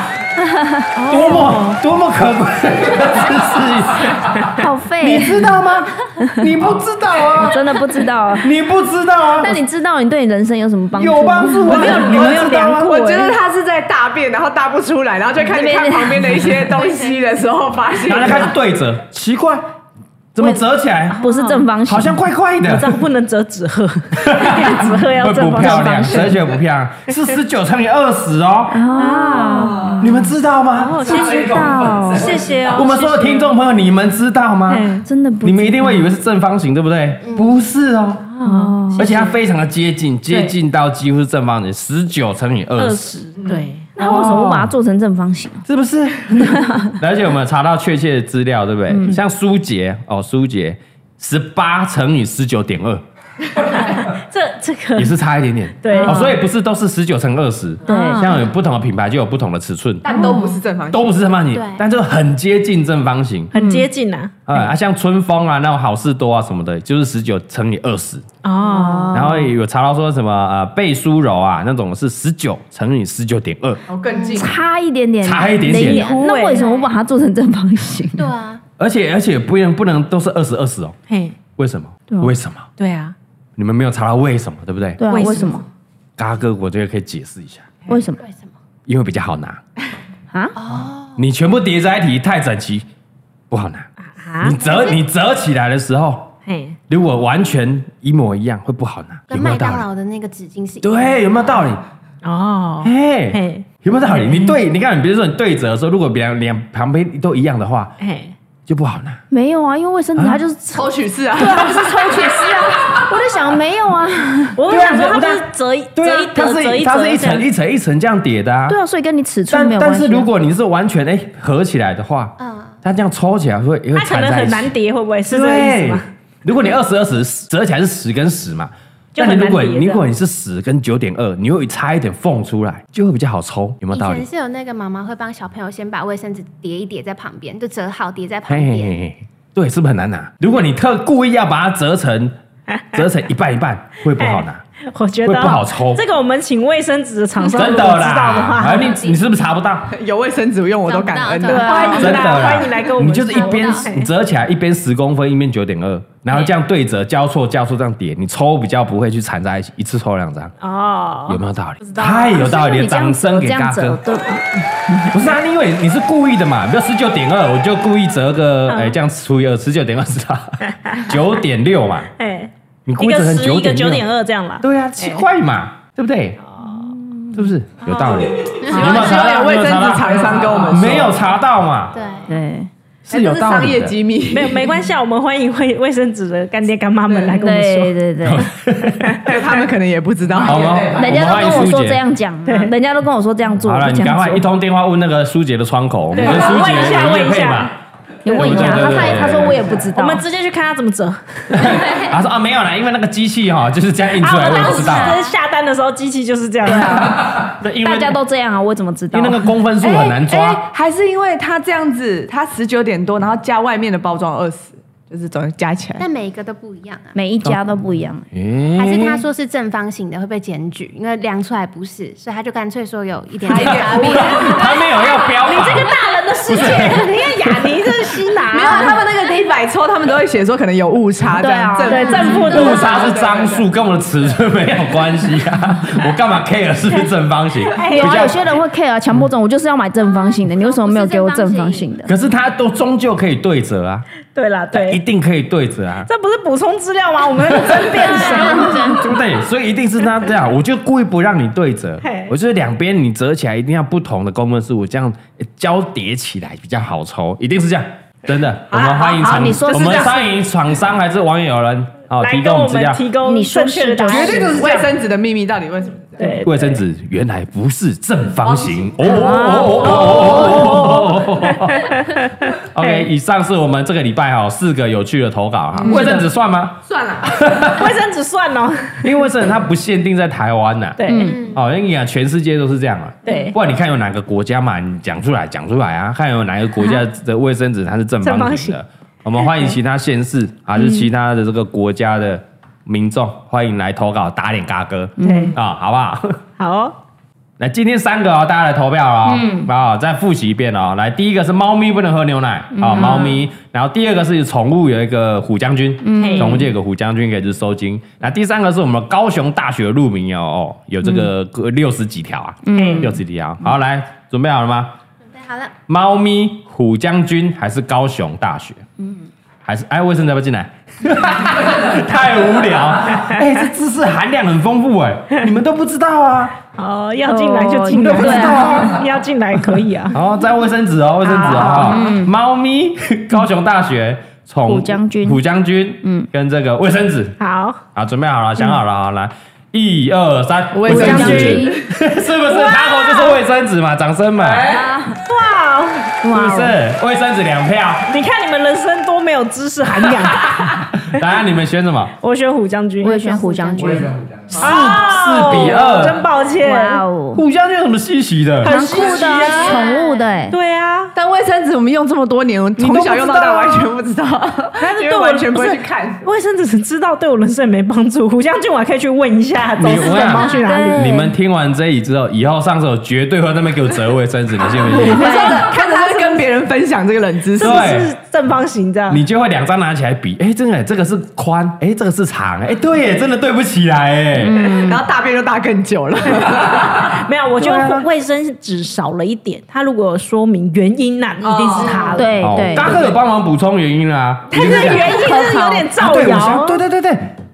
[SPEAKER 1] 多
[SPEAKER 3] 哦
[SPEAKER 1] 么多么可贵的知
[SPEAKER 3] (laughs)
[SPEAKER 5] 好
[SPEAKER 1] 识，你
[SPEAKER 5] 废。
[SPEAKER 1] 知道吗？你不知道
[SPEAKER 3] (laughs)
[SPEAKER 1] 啊，
[SPEAKER 2] 真的不知道。
[SPEAKER 1] 你不知道啊，
[SPEAKER 2] 但你知道你对你人生有什么帮助？
[SPEAKER 1] 有帮助啊！
[SPEAKER 2] 我没有，
[SPEAKER 1] 你
[SPEAKER 2] 我
[SPEAKER 1] 们
[SPEAKER 2] 没有
[SPEAKER 1] 知道
[SPEAKER 2] 量
[SPEAKER 1] 吗
[SPEAKER 2] 过。欸
[SPEAKER 6] 我觉得他是在大便，然后大不出来，然后就开始看旁边的一些东西的时候，发现
[SPEAKER 1] 拿来开始对折，奇怪，怎么折起来？
[SPEAKER 2] 不是正方形，
[SPEAKER 1] 好像怪怪的
[SPEAKER 3] 这，样不能折纸
[SPEAKER 2] (laughs)
[SPEAKER 3] 鹤，纸鹤要
[SPEAKER 1] 会
[SPEAKER 3] 正
[SPEAKER 1] 不
[SPEAKER 3] 啊方
[SPEAKER 1] 漂亮，
[SPEAKER 3] 形。
[SPEAKER 1] 折起来不漂亮，是十九乘以二十哦，
[SPEAKER 3] 啊，
[SPEAKER 1] 你们知道
[SPEAKER 2] 哦
[SPEAKER 1] 吗？
[SPEAKER 3] 谢谢到，谢谢哦。
[SPEAKER 1] 我们所有听众朋友，你们知道吗？
[SPEAKER 3] 嗯
[SPEAKER 2] 真的不
[SPEAKER 1] 你们一定会以为是正方形，对不对？不是哦，
[SPEAKER 3] 哦，
[SPEAKER 1] 而且它非常的接近，接近到几乎是正方形，十九乘以二
[SPEAKER 3] 二
[SPEAKER 1] 十，
[SPEAKER 3] 十对，
[SPEAKER 2] 那为什么不把它做成正方形？
[SPEAKER 1] 是不
[SPEAKER 3] (laughs)
[SPEAKER 1] 是？而且我们查到确切的资料，对不
[SPEAKER 3] 嗯
[SPEAKER 1] 对？像苏杰哦，苏杰十八乘以十九点二，
[SPEAKER 3] 这这个 (laughs)
[SPEAKER 1] 也是差一点点。
[SPEAKER 3] 对啊
[SPEAKER 1] 哦，所以不是都是十九乘二十，对像有不同的品牌就有不同的尺寸，
[SPEAKER 6] 但都不是正方形。
[SPEAKER 1] 都不是正方形
[SPEAKER 5] 对，
[SPEAKER 1] 但就很接近正方形。
[SPEAKER 3] 很接近啊。
[SPEAKER 1] 啊、啊，像春风啊，那种好事多啊什么的，就是十九乘以二十、
[SPEAKER 3] 哦，
[SPEAKER 1] 然后有查到说什么呃贝苏柔啊那种是十九乘以十九点二，
[SPEAKER 6] 哦，更近，
[SPEAKER 2] 差一点点，
[SPEAKER 1] 差一点点
[SPEAKER 2] 零那为什么不把它做成正方形？
[SPEAKER 5] 对啊，
[SPEAKER 1] 而且而且不能不能都是二十二十哦，
[SPEAKER 3] 嘿，
[SPEAKER 1] 为什么？为什么？
[SPEAKER 3] 对啊，
[SPEAKER 1] 你们没有查到为什么，对不对？
[SPEAKER 2] 对啊，为
[SPEAKER 3] 为
[SPEAKER 2] 什
[SPEAKER 3] 什
[SPEAKER 2] 么？
[SPEAKER 1] 嘎哥，我觉得可以解释一下，
[SPEAKER 2] 为什么
[SPEAKER 5] 为什么？
[SPEAKER 1] 因为比较好拿，
[SPEAKER 2] 啊？
[SPEAKER 1] 你全部叠在一起太整齐，不好拿。
[SPEAKER 3] 啊
[SPEAKER 1] 你，折你折起来的时候，
[SPEAKER 3] 嘿，
[SPEAKER 1] 如果完全一模一样，会不好拿，有
[SPEAKER 5] 跟
[SPEAKER 1] 没有
[SPEAKER 5] 麦
[SPEAKER 1] 道
[SPEAKER 5] 当
[SPEAKER 1] 理？
[SPEAKER 5] 劳的那个纸巾是一样的
[SPEAKER 1] 对，有没有道理？
[SPEAKER 3] 哦，
[SPEAKER 1] 嘿，
[SPEAKER 3] 嘿
[SPEAKER 1] 有没有道理？你对，你看，比如说你对折的时候，如果两两旁边都一样的话，
[SPEAKER 3] 嘿，
[SPEAKER 1] 就不好拿。
[SPEAKER 2] 没有啊，因为卫生纸它就是抽，
[SPEAKER 6] 抽取式 (laughs) 啊，
[SPEAKER 2] 它不是抽取式啊。我在想，没
[SPEAKER 1] (laughs)
[SPEAKER 2] 有啊，
[SPEAKER 3] 我
[SPEAKER 1] 对啊
[SPEAKER 3] 想说
[SPEAKER 1] 我
[SPEAKER 3] 它不
[SPEAKER 1] 当
[SPEAKER 3] 是折一
[SPEAKER 1] 对
[SPEAKER 3] 折一
[SPEAKER 1] 啊，它
[SPEAKER 3] 折折
[SPEAKER 1] 是
[SPEAKER 3] 一
[SPEAKER 1] 它是一
[SPEAKER 3] 折
[SPEAKER 1] 层
[SPEAKER 3] 这样
[SPEAKER 1] 一层一层这样叠的啊。
[SPEAKER 2] 对啊，所以跟你尺寸
[SPEAKER 1] 但
[SPEAKER 2] 没有
[SPEAKER 1] 但
[SPEAKER 2] 关系啊。
[SPEAKER 1] 是如果你是完全哎合起来的话，
[SPEAKER 5] 嗯
[SPEAKER 1] 它这样抽起来会会
[SPEAKER 3] 它可
[SPEAKER 1] 缠
[SPEAKER 3] 能
[SPEAKER 1] 在一
[SPEAKER 3] 很
[SPEAKER 1] 起。
[SPEAKER 3] 难叠，会不会是这个意
[SPEAKER 1] 对
[SPEAKER 3] 思吗？，
[SPEAKER 1] 如果你二十二十折起来是十跟十嘛，
[SPEAKER 3] 就
[SPEAKER 1] 但
[SPEAKER 3] 很
[SPEAKER 1] 你
[SPEAKER 3] 难
[SPEAKER 1] 如果
[SPEAKER 3] 叠这
[SPEAKER 1] 你
[SPEAKER 3] 样
[SPEAKER 1] 如果你是十跟九点二，你又差一点缝出来，就会比较好抽，有没有
[SPEAKER 5] 以
[SPEAKER 1] 道理
[SPEAKER 5] 前？是有那个妈妈会帮小朋友先把卫生纸叠一叠在旁边，就折好叠在旁
[SPEAKER 1] 嘿嘿嘿
[SPEAKER 5] 边。
[SPEAKER 1] 嘿，对，是不是很难拿？如果你特故意要把它折
[SPEAKER 3] (laughs)
[SPEAKER 1] 成折成一半一半，会不好拿，
[SPEAKER 3] 我觉
[SPEAKER 1] 会
[SPEAKER 3] 得
[SPEAKER 1] 不好抽
[SPEAKER 3] 这个我们请卫生纸的厂商
[SPEAKER 1] 真
[SPEAKER 3] 如
[SPEAKER 1] 的
[SPEAKER 3] 果哎知道
[SPEAKER 1] 啦。
[SPEAKER 3] 的
[SPEAKER 1] 哎
[SPEAKER 3] 话，
[SPEAKER 1] 而你你是不是查不到？
[SPEAKER 6] (laughs) 有卫生纸用我都感恩
[SPEAKER 5] 找不
[SPEAKER 6] 的
[SPEAKER 5] 到。
[SPEAKER 3] 欢迎
[SPEAKER 1] 真的
[SPEAKER 3] 啦，
[SPEAKER 1] 啦，
[SPEAKER 3] 啊欢迎来跟我们啊
[SPEAKER 1] 你就是一边
[SPEAKER 3] 哎
[SPEAKER 5] 说
[SPEAKER 1] 你折起来一边十公分，一边九点二，然后这样对折交错交错这样叠，你抽比较不会去缠在一起，一次抽两张，
[SPEAKER 3] 哦
[SPEAKER 1] 有，没有道理？
[SPEAKER 3] 道啊
[SPEAKER 1] 太有道理了，
[SPEAKER 2] 你这样
[SPEAKER 1] 掌声
[SPEAKER 2] 折
[SPEAKER 1] 给
[SPEAKER 2] 这
[SPEAKER 1] 大
[SPEAKER 2] 样折
[SPEAKER 1] 哥。
[SPEAKER 2] 对吧？
[SPEAKER 1] 不是啊，因为你是故意的嘛，比如十九点二，我就故意折
[SPEAKER 3] 嗯
[SPEAKER 1] 个哎这样除以二，十九点二是吧？九点六嘛，
[SPEAKER 3] 哎，
[SPEAKER 1] 你故
[SPEAKER 3] 一
[SPEAKER 1] 意折
[SPEAKER 3] 个
[SPEAKER 1] 成
[SPEAKER 3] 十，
[SPEAKER 1] 九
[SPEAKER 3] 一个
[SPEAKER 1] 点
[SPEAKER 3] 九点二这哦样啦。
[SPEAKER 1] 对啊，奇怪嘛，对不对？是不是有道理？
[SPEAKER 3] 嗯
[SPEAKER 1] 你有没有
[SPEAKER 6] 希
[SPEAKER 1] 查
[SPEAKER 6] 望有
[SPEAKER 1] 到？
[SPEAKER 6] 卫
[SPEAKER 1] 你有
[SPEAKER 6] 生
[SPEAKER 1] 没有查
[SPEAKER 6] 纸
[SPEAKER 1] 到？
[SPEAKER 6] 厂商跟我们说
[SPEAKER 1] 没有查到嘛？
[SPEAKER 5] 对，
[SPEAKER 2] 对，
[SPEAKER 1] 是有
[SPEAKER 6] 这
[SPEAKER 1] 道
[SPEAKER 6] 商
[SPEAKER 1] 理
[SPEAKER 6] 业
[SPEAKER 1] 的。
[SPEAKER 6] 机密，
[SPEAKER 3] 没有没关系，啊，我们欢迎卫卫生纸的干爹干妈们来跟我们
[SPEAKER 2] 对
[SPEAKER 1] 嗯
[SPEAKER 3] 说。
[SPEAKER 2] 对对，
[SPEAKER 6] (laughs) 对他们可能也不知道。
[SPEAKER 1] 好吗？
[SPEAKER 2] (laughs) 人家都
[SPEAKER 1] 我们欢迎
[SPEAKER 2] 跟我
[SPEAKER 1] 苏
[SPEAKER 2] 说
[SPEAKER 1] 姐
[SPEAKER 2] 这。样讲啊，人家都跟我说这样
[SPEAKER 1] (laughs)
[SPEAKER 2] 做，
[SPEAKER 1] 好
[SPEAKER 2] 我
[SPEAKER 1] 了，
[SPEAKER 2] 就
[SPEAKER 1] 你
[SPEAKER 2] 这
[SPEAKER 1] 赶
[SPEAKER 2] 样
[SPEAKER 1] 快
[SPEAKER 2] 做
[SPEAKER 1] 一。通电话问那个苏姐的窗口，我们跟苏姐
[SPEAKER 3] 问一
[SPEAKER 1] 有
[SPEAKER 3] 下
[SPEAKER 1] 业
[SPEAKER 3] 问一
[SPEAKER 1] 配
[SPEAKER 3] 下 (laughs)
[SPEAKER 1] 嘛？
[SPEAKER 2] 你问一
[SPEAKER 1] 对
[SPEAKER 2] 下，
[SPEAKER 1] 对
[SPEAKER 2] 他
[SPEAKER 1] 对对对
[SPEAKER 2] 他说我也不知道，
[SPEAKER 3] 我们直接去看他怎么折。
[SPEAKER 1] 她说啊没有啦，因为那个机器哈就是这样印
[SPEAKER 3] 啊，
[SPEAKER 1] 出来，
[SPEAKER 3] 我
[SPEAKER 1] 我也
[SPEAKER 3] 当
[SPEAKER 1] 不
[SPEAKER 3] 时
[SPEAKER 1] 知道。
[SPEAKER 3] 下单的时候，机器就是这样。
[SPEAKER 2] 啊
[SPEAKER 1] 那因为
[SPEAKER 2] 大家都这样啊，我怎么知道
[SPEAKER 1] 因为？那个公分数很难
[SPEAKER 6] 哎
[SPEAKER 1] 抓，
[SPEAKER 6] 哎还是因为他这样子，他十九点多，然后加外面的包装二十，就是总加起来。
[SPEAKER 5] 但每一个都不一样啊。
[SPEAKER 2] 每一家都不一样，
[SPEAKER 5] 还是他说是正方形的会被检举，因为量出来不是，所以他就干脆说有一点
[SPEAKER 1] 哎
[SPEAKER 5] 点差
[SPEAKER 1] (laughs)
[SPEAKER 2] 哎
[SPEAKER 5] 别。
[SPEAKER 1] 他没有要标榜。
[SPEAKER 3] 大人的世界，你看雅尼这是西
[SPEAKER 6] 没有，啊
[SPEAKER 3] 拿，
[SPEAKER 6] 他们那个第一百抽，他们都会写说可能有误差，这样
[SPEAKER 2] 对
[SPEAKER 6] 正
[SPEAKER 2] 啊
[SPEAKER 3] 对正负
[SPEAKER 1] 误差是张数，跟我的尺寸没有关系啊！ (laughs) 我干嘛 care 是不是正方形？
[SPEAKER 2] 有
[SPEAKER 1] 比
[SPEAKER 2] 啊，
[SPEAKER 1] 较
[SPEAKER 2] 有些人会 care 啊，强迫症，我就是要买正方形的，你为什么没有给我正方形的？
[SPEAKER 1] 可是它都终究可以对折啊，
[SPEAKER 3] 对啦，
[SPEAKER 2] 哎
[SPEAKER 1] 一
[SPEAKER 3] 对，
[SPEAKER 1] 定可以对折啊，
[SPEAKER 3] 这不是补充资料吗？我们争辩什
[SPEAKER 1] 对不对？所以一定是它这样，我就故意不让你对折
[SPEAKER 3] 嘿，
[SPEAKER 1] 我就是两边你折起来一定要不同的公分数，我这样呃交叠起来比较好抽，一定是这样。真的，我们欢迎
[SPEAKER 2] 好
[SPEAKER 1] 厂，
[SPEAKER 2] 你说
[SPEAKER 1] 我
[SPEAKER 2] 是这
[SPEAKER 1] 们
[SPEAKER 2] 样
[SPEAKER 1] 欢迎厂商还是网友人哦，
[SPEAKER 3] 来
[SPEAKER 1] (laughs) 提
[SPEAKER 3] 跟
[SPEAKER 1] 供
[SPEAKER 3] 我
[SPEAKER 1] 资料
[SPEAKER 3] 们。提供
[SPEAKER 2] 你说
[SPEAKER 3] 正确的答
[SPEAKER 2] 是
[SPEAKER 3] 案
[SPEAKER 6] 绝。对就是卫生纸的秘密，到底为什么是这样？
[SPEAKER 3] 对，
[SPEAKER 1] 卫生纸原来不是正方形哦哦哦哦哦哦哦！OK，以上是我们这个礼拜哈四个有趣的投稿哈。卫生纸算吗？
[SPEAKER 6] 算了，
[SPEAKER 3] 卫生纸算哦。
[SPEAKER 1] 因为卫生纸它不限定在台湾呐，
[SPEAKER 3] 对，
[SPEAKER 2] 嗯
[SPEAKER 1] 哦，因为啊全世界都是这样啊。
[SPEAKER 3] 对
[SPEAKER 1] 不然你看有哪个国家嘛？你讲出来，讲出来啊！看有哪个国家的卫生纸它是正
[SPEAKER 3] 正
[SPEAKER 1] 方形
[SPEAKER 3] 方形
[SPEAKER 1] 的。我们欢迎其他县市还是其他的这个国家的民众欢迎来投稿打脸嘎哥，
[SPEAKER 3] 对，
[SPEAKER 1] 啊，好不好？
[SPEAKER 3] 好哦，
[SPEAKER 1] 来，今天三个哦，大家来投票哦。嗯，啊、再复习一遍哦。来，第一个是猫咪不能喝牛奶啊、猫咪。然后第二个是宠物有一个虎将军，
[SPEAKER 3] 嗯
[SPEAKER 1] 宠物界有个虎将军可以去收金。那第三个是我们高雄大学的路名哦，哦有这个六十几条啊，
[SPEAKER 3] 嗯
[SPEAKER 1] 六十几条。好，来，准备好了吗？
[SPEAKER 5] 准备好了，
[SPEAKER 1] 猫咪、虎将军还是高雄大学？嗯，还是哎，卫生要不要进来？ (laughs) 太无聊，哎、这知识含量很丰富哎、你们都不知道啊。
[SPEAKER 3] 好，要进来就进来，
[SPEAKER 2] 哦对
[SPEAKER 3] 啊， (laughs) 要进来可以啊。
[SPEAKER 1] 然后在卫生纸哦，卫生纸哦，猫咪， (laughs) 高雄大学宠
[SPEAKER 2] 虎将军
[SPEAKER 1] 虎将军，嗯，跟这个卫生纸
[SPEAKER 3] 好，
[SPEAKER 1] 啊，准备好了，想好了，好来，一二三，
[SPEAKER 4] 卫生
[SPEAKER 1] 纸，
[SPEAKER 4] 纸
[SPEAKER 1] 是不是？大头就是卫生纸嘛，掌声嘛，
[SPEAKER 3] 哇哦，
[SPEAKER 1] 是不是？卫生纸两票，
[SPEAKER 3] 你看你们人生多没有知识含
[SPEAKER 2] (laughs)
[SPEAKER 3] 量。
[SPEAKER 1] 答案你们选什么？
[SPEAKER 3] 我选虎将军，
[SPEAKER 2] 我也选虎将军，
[SPEAKER 3] 四四
[SPEAKER 1] 比二
[SPEAKER 3] 真抱歉。
[SPEAKER 2] 哇哦，
[SPEAKER 1] 虎将军有什么稀奇的？
[SPEAKER 2] 蛮酷的，啊宠物的哎，
[SPEAKER 3] 对啊，
[SPEAKER 6] 但卫生纸我们用这么多年，我从小用到大完全不知道，但
[SPEAKER 3] 是
[SPEAKER 6] 是
[SPEAKER 3] 对我
[SPEAKER 6] 完全不会
[SPEAKER 3] 不
[SPEAKER 6] 去 (laughs)
[SPEAKER 3] 是
[SPEAKER 6] 看。
[SPEAKER 3] 卫生纸知道对我人生也没帮助，虎将军我还可以去问一下，走私
[SPEAKER 1] 我
[SPEAKER 3] 的
[SPEAKER 1] 想
[SPEAKER 3] 猫去哪里？
[SPEAKER 5] 对
[SPEAKER 1] 你们听完这一之后，以后上手绝对会在那边给我折卫生纸，你信不
[SPEAKER 4] (laughs)
[SPEAKER 1] 信？
[SPEAKER 4] 哦
[SPEAKER 6] 看着是跟别人分享这个冷知识
[SPEAKER 3] 是，不是正方形这样？
[SPEAKER 1] 你就会两张拿起来比，哎、真的，这个是宽，哎、这个是长，哎、对耶，真的对不起来，哎、
[SPEAKER 6] 然后大便就大更久了。
[SPEAKER 3] 没有，我觉得卫生纸少了一点。他如果有说明原因，那一定是他了。，
[SPEAKER 2] 对
[SPEAKER 1] 哦
[SPEAKER 2] 对，
[SPEAKER 1] 大哥有帮忙补充原因啦、
[SPEAKER 3] 哎他这
[SPEAKER 1] 你就
[SPEAKER 3] 个
[SPEAKER 1] 是讲
[SPEAKER 3] 原因是有点
[SPEAKER 1] 啊
[SPEAKER 3] 造
[SPEAKER 1] 对，我
[SPEAKER 3] 谣
[SPEAKER 1] 想，对对对对，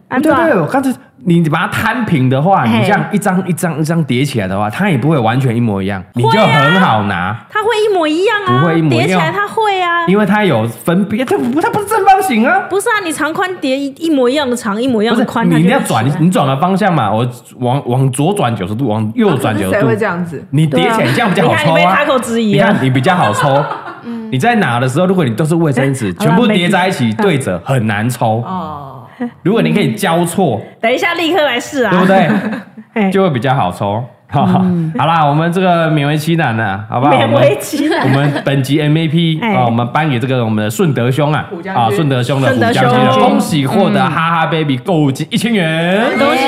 [SPEAKER 3] 安
[SPEAKER 1] 对
[SPEAKER 3] 装
[SPEAKER 1] 对，我刚才你把它摊平的话，你
[SPEAKER 2] 嘿
[SPEAKER 1] 这样一张一张一张叠起来的话，它也不会完全一模一样，
[SPEAKER 3] 啊
[SPEAKER 1] 你就很好拿，
[SPEAKER 3] 他会一模一样啊，
[SPEAKER 1] 不会一模一样
[SPEAKER 3] 叠起来他会啊。
[SPEAKER 1] 因为它有分别，它不它不是正方形啊。
[SPEAKER 3] 不是啊，你长宽叠一一模一样的长，一模一样
[SPEAKER 1] 不
[SPEAKER 3] 的
[SPEAKER 1] 是
[SPEAKER 3] 宽，
[SPEAKER 1] 你
[SPEAKER 3] 它
[SPEAKER 1] 一
[SPEAKER 3] 就
[SPEAKER 1] 定要
[SPEAKER 3] 会
[SPEAKER 1] 转
[SPEAKER 3] 起来，
[SPEAKER 1] 你转了方向嘛，我往往左转九十度，往右转九十
[SPEAKER 6] 谁
[SPEAKER 1] 度
[SPEAKER 6] 会，这样子？
[SPEAKER 1] 你叠起来这样比较
[SPEAKER 3] 你
[SPEAKER 1] 好
[SPEAKER 3] 看你
[SPEAKER 1] 抽
[SPEAKER 3] 被
[SPEAKER 1] 啊
[SPEAKER 3] 开。口质疑
[SPEAKER 1] 你
[SPEAKER 3] 啊
[SPEAKER 1] 看，你比较好抽。你在拿的时候，如果你都是卫生纸，
[SPEAKER 3] 嗯好啦
[SPEAKER 1] 全部叠在一起对折，很难抽。
[SPEAKER 6] 哦，
[SPEAKER 1] 如果你可以
[SPEAKER 3] 嗯
[SPEAKER 1] 交错，
[SPEAKER 3] 等一下立刻来试啊，
[SPEAKER 1] 对不？
[SPEAKER 3] 哎 (laughs)
[SPEAKER 1] 对？就会比较好抽。哈哈好啦，我们这个勉为其难了，好不好？
[SPEAKER 3] 嗯勉
[SPEAKER 1] 我
[SPEAKER 3] 为
[SPEAKER 1] 们
[SPEAKER 3] 其
[SPEAKER 1] 我
[SPEAKER 3] (laughs) 难。
[SPEAKER 1] 们本集 MVP
[SPEAKER 3] 哎
[SPEAKER 1] 啊，我们颁给这个我们的顺德兄啊
[SPEAKER 6] 虎将，军
[SPEAKER 1] 啊，顺德兄的虎
[SPEAKER 3] 顺德
[SPEAKER 1] 将军啊，
[SPEAKER 3] 兄嗯
[SPEAKER 1] 恭喜获得哈哈 baby 购物金一千元，恭喜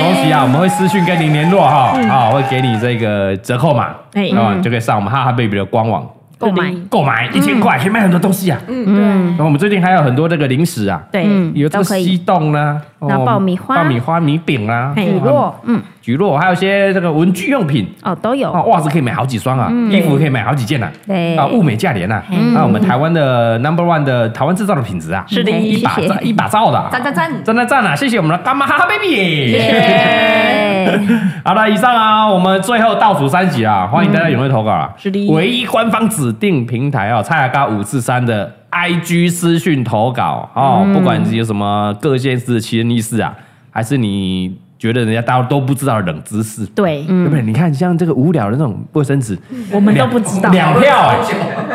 [SPEAKER 1] 恭喜啊！我们会私讯跟您联络哈，啊，会给你这个折扣码，
[SPEAKER 3] 嗯哎嗯
[SPEAKER 1] 啊，你就可以上我们哈哈 baby 的官网
[SPEAKER 5] 购买
[SPEAKER 1] 购买一千块可以买很多东西啊。
[SPEAKER 2] 嗯
[SPEAKER 1] 然后我们最近还有很多这个零食啊，
[SPEAKER 3] 对，
[SPEAKER 2] 嗯
[SPEAKER 1] 有这
[SPEAKER 2] 都
[SPEAKER 1] 个
[SPEAKER 2] 可以
[SPEAKER 1] 西冻啦，哦
[SPEAKER 2] 然后爆米花
[SPEAKER 1] 爆米花、米饼啊哦啦、
[SPEAKER 3] 嘿
[SPEAKER 2] 雨落，嗯
[SPEAKER 1] 菊络，还有一些这个文具用品。
[SPEAKER 2] 哦都有嗯
[SPEAKER 1] 啊，，袜子可以买好几双啊，衣服可以买好几件呐、
[SPEAKER 2] 对嗯
[SPEAKER 1] 啊，物美价廉呐、啊，那我们台湾的 number one 的台湾制造的品质啊，
[SPEAKER 3] 是的
[SPEAKER 1] 一把
[SPEAKER 2] 谢谢
[SPEAKER 1] 一把照的、啊，
[SPEAKER 6] 赞赞赞
[SPEAKER 1] 赞赞赞啊！谢谢我们的干妈哈哈 baby，
[SPEAKER 2] 耶，
[SPEAKER 1] (laughs) 好了，以上啊，我们最后倒数三集啊，欢迎大家踊跃投稿啊！
[SPEAKER 3] 嗯是的
[SPEAKER 1] 唯一官方指定平台啊，蔡雅嘎五四三的 IG 私讯投稿哦，
[SPEAKER 2] 嗯
[SPEAKER 1] 不管你有什么各县市的奇人异事啊，还是你觉得人家大家都不知道的冷知识，
[SPEAKER 3] 对，
[SPEAKER 1] 对不对？你看像这个无聊的那种卫生纸，
[SPEAKER 3] 嗯我们都不知道。
[SPEAKER 1] 两票哎、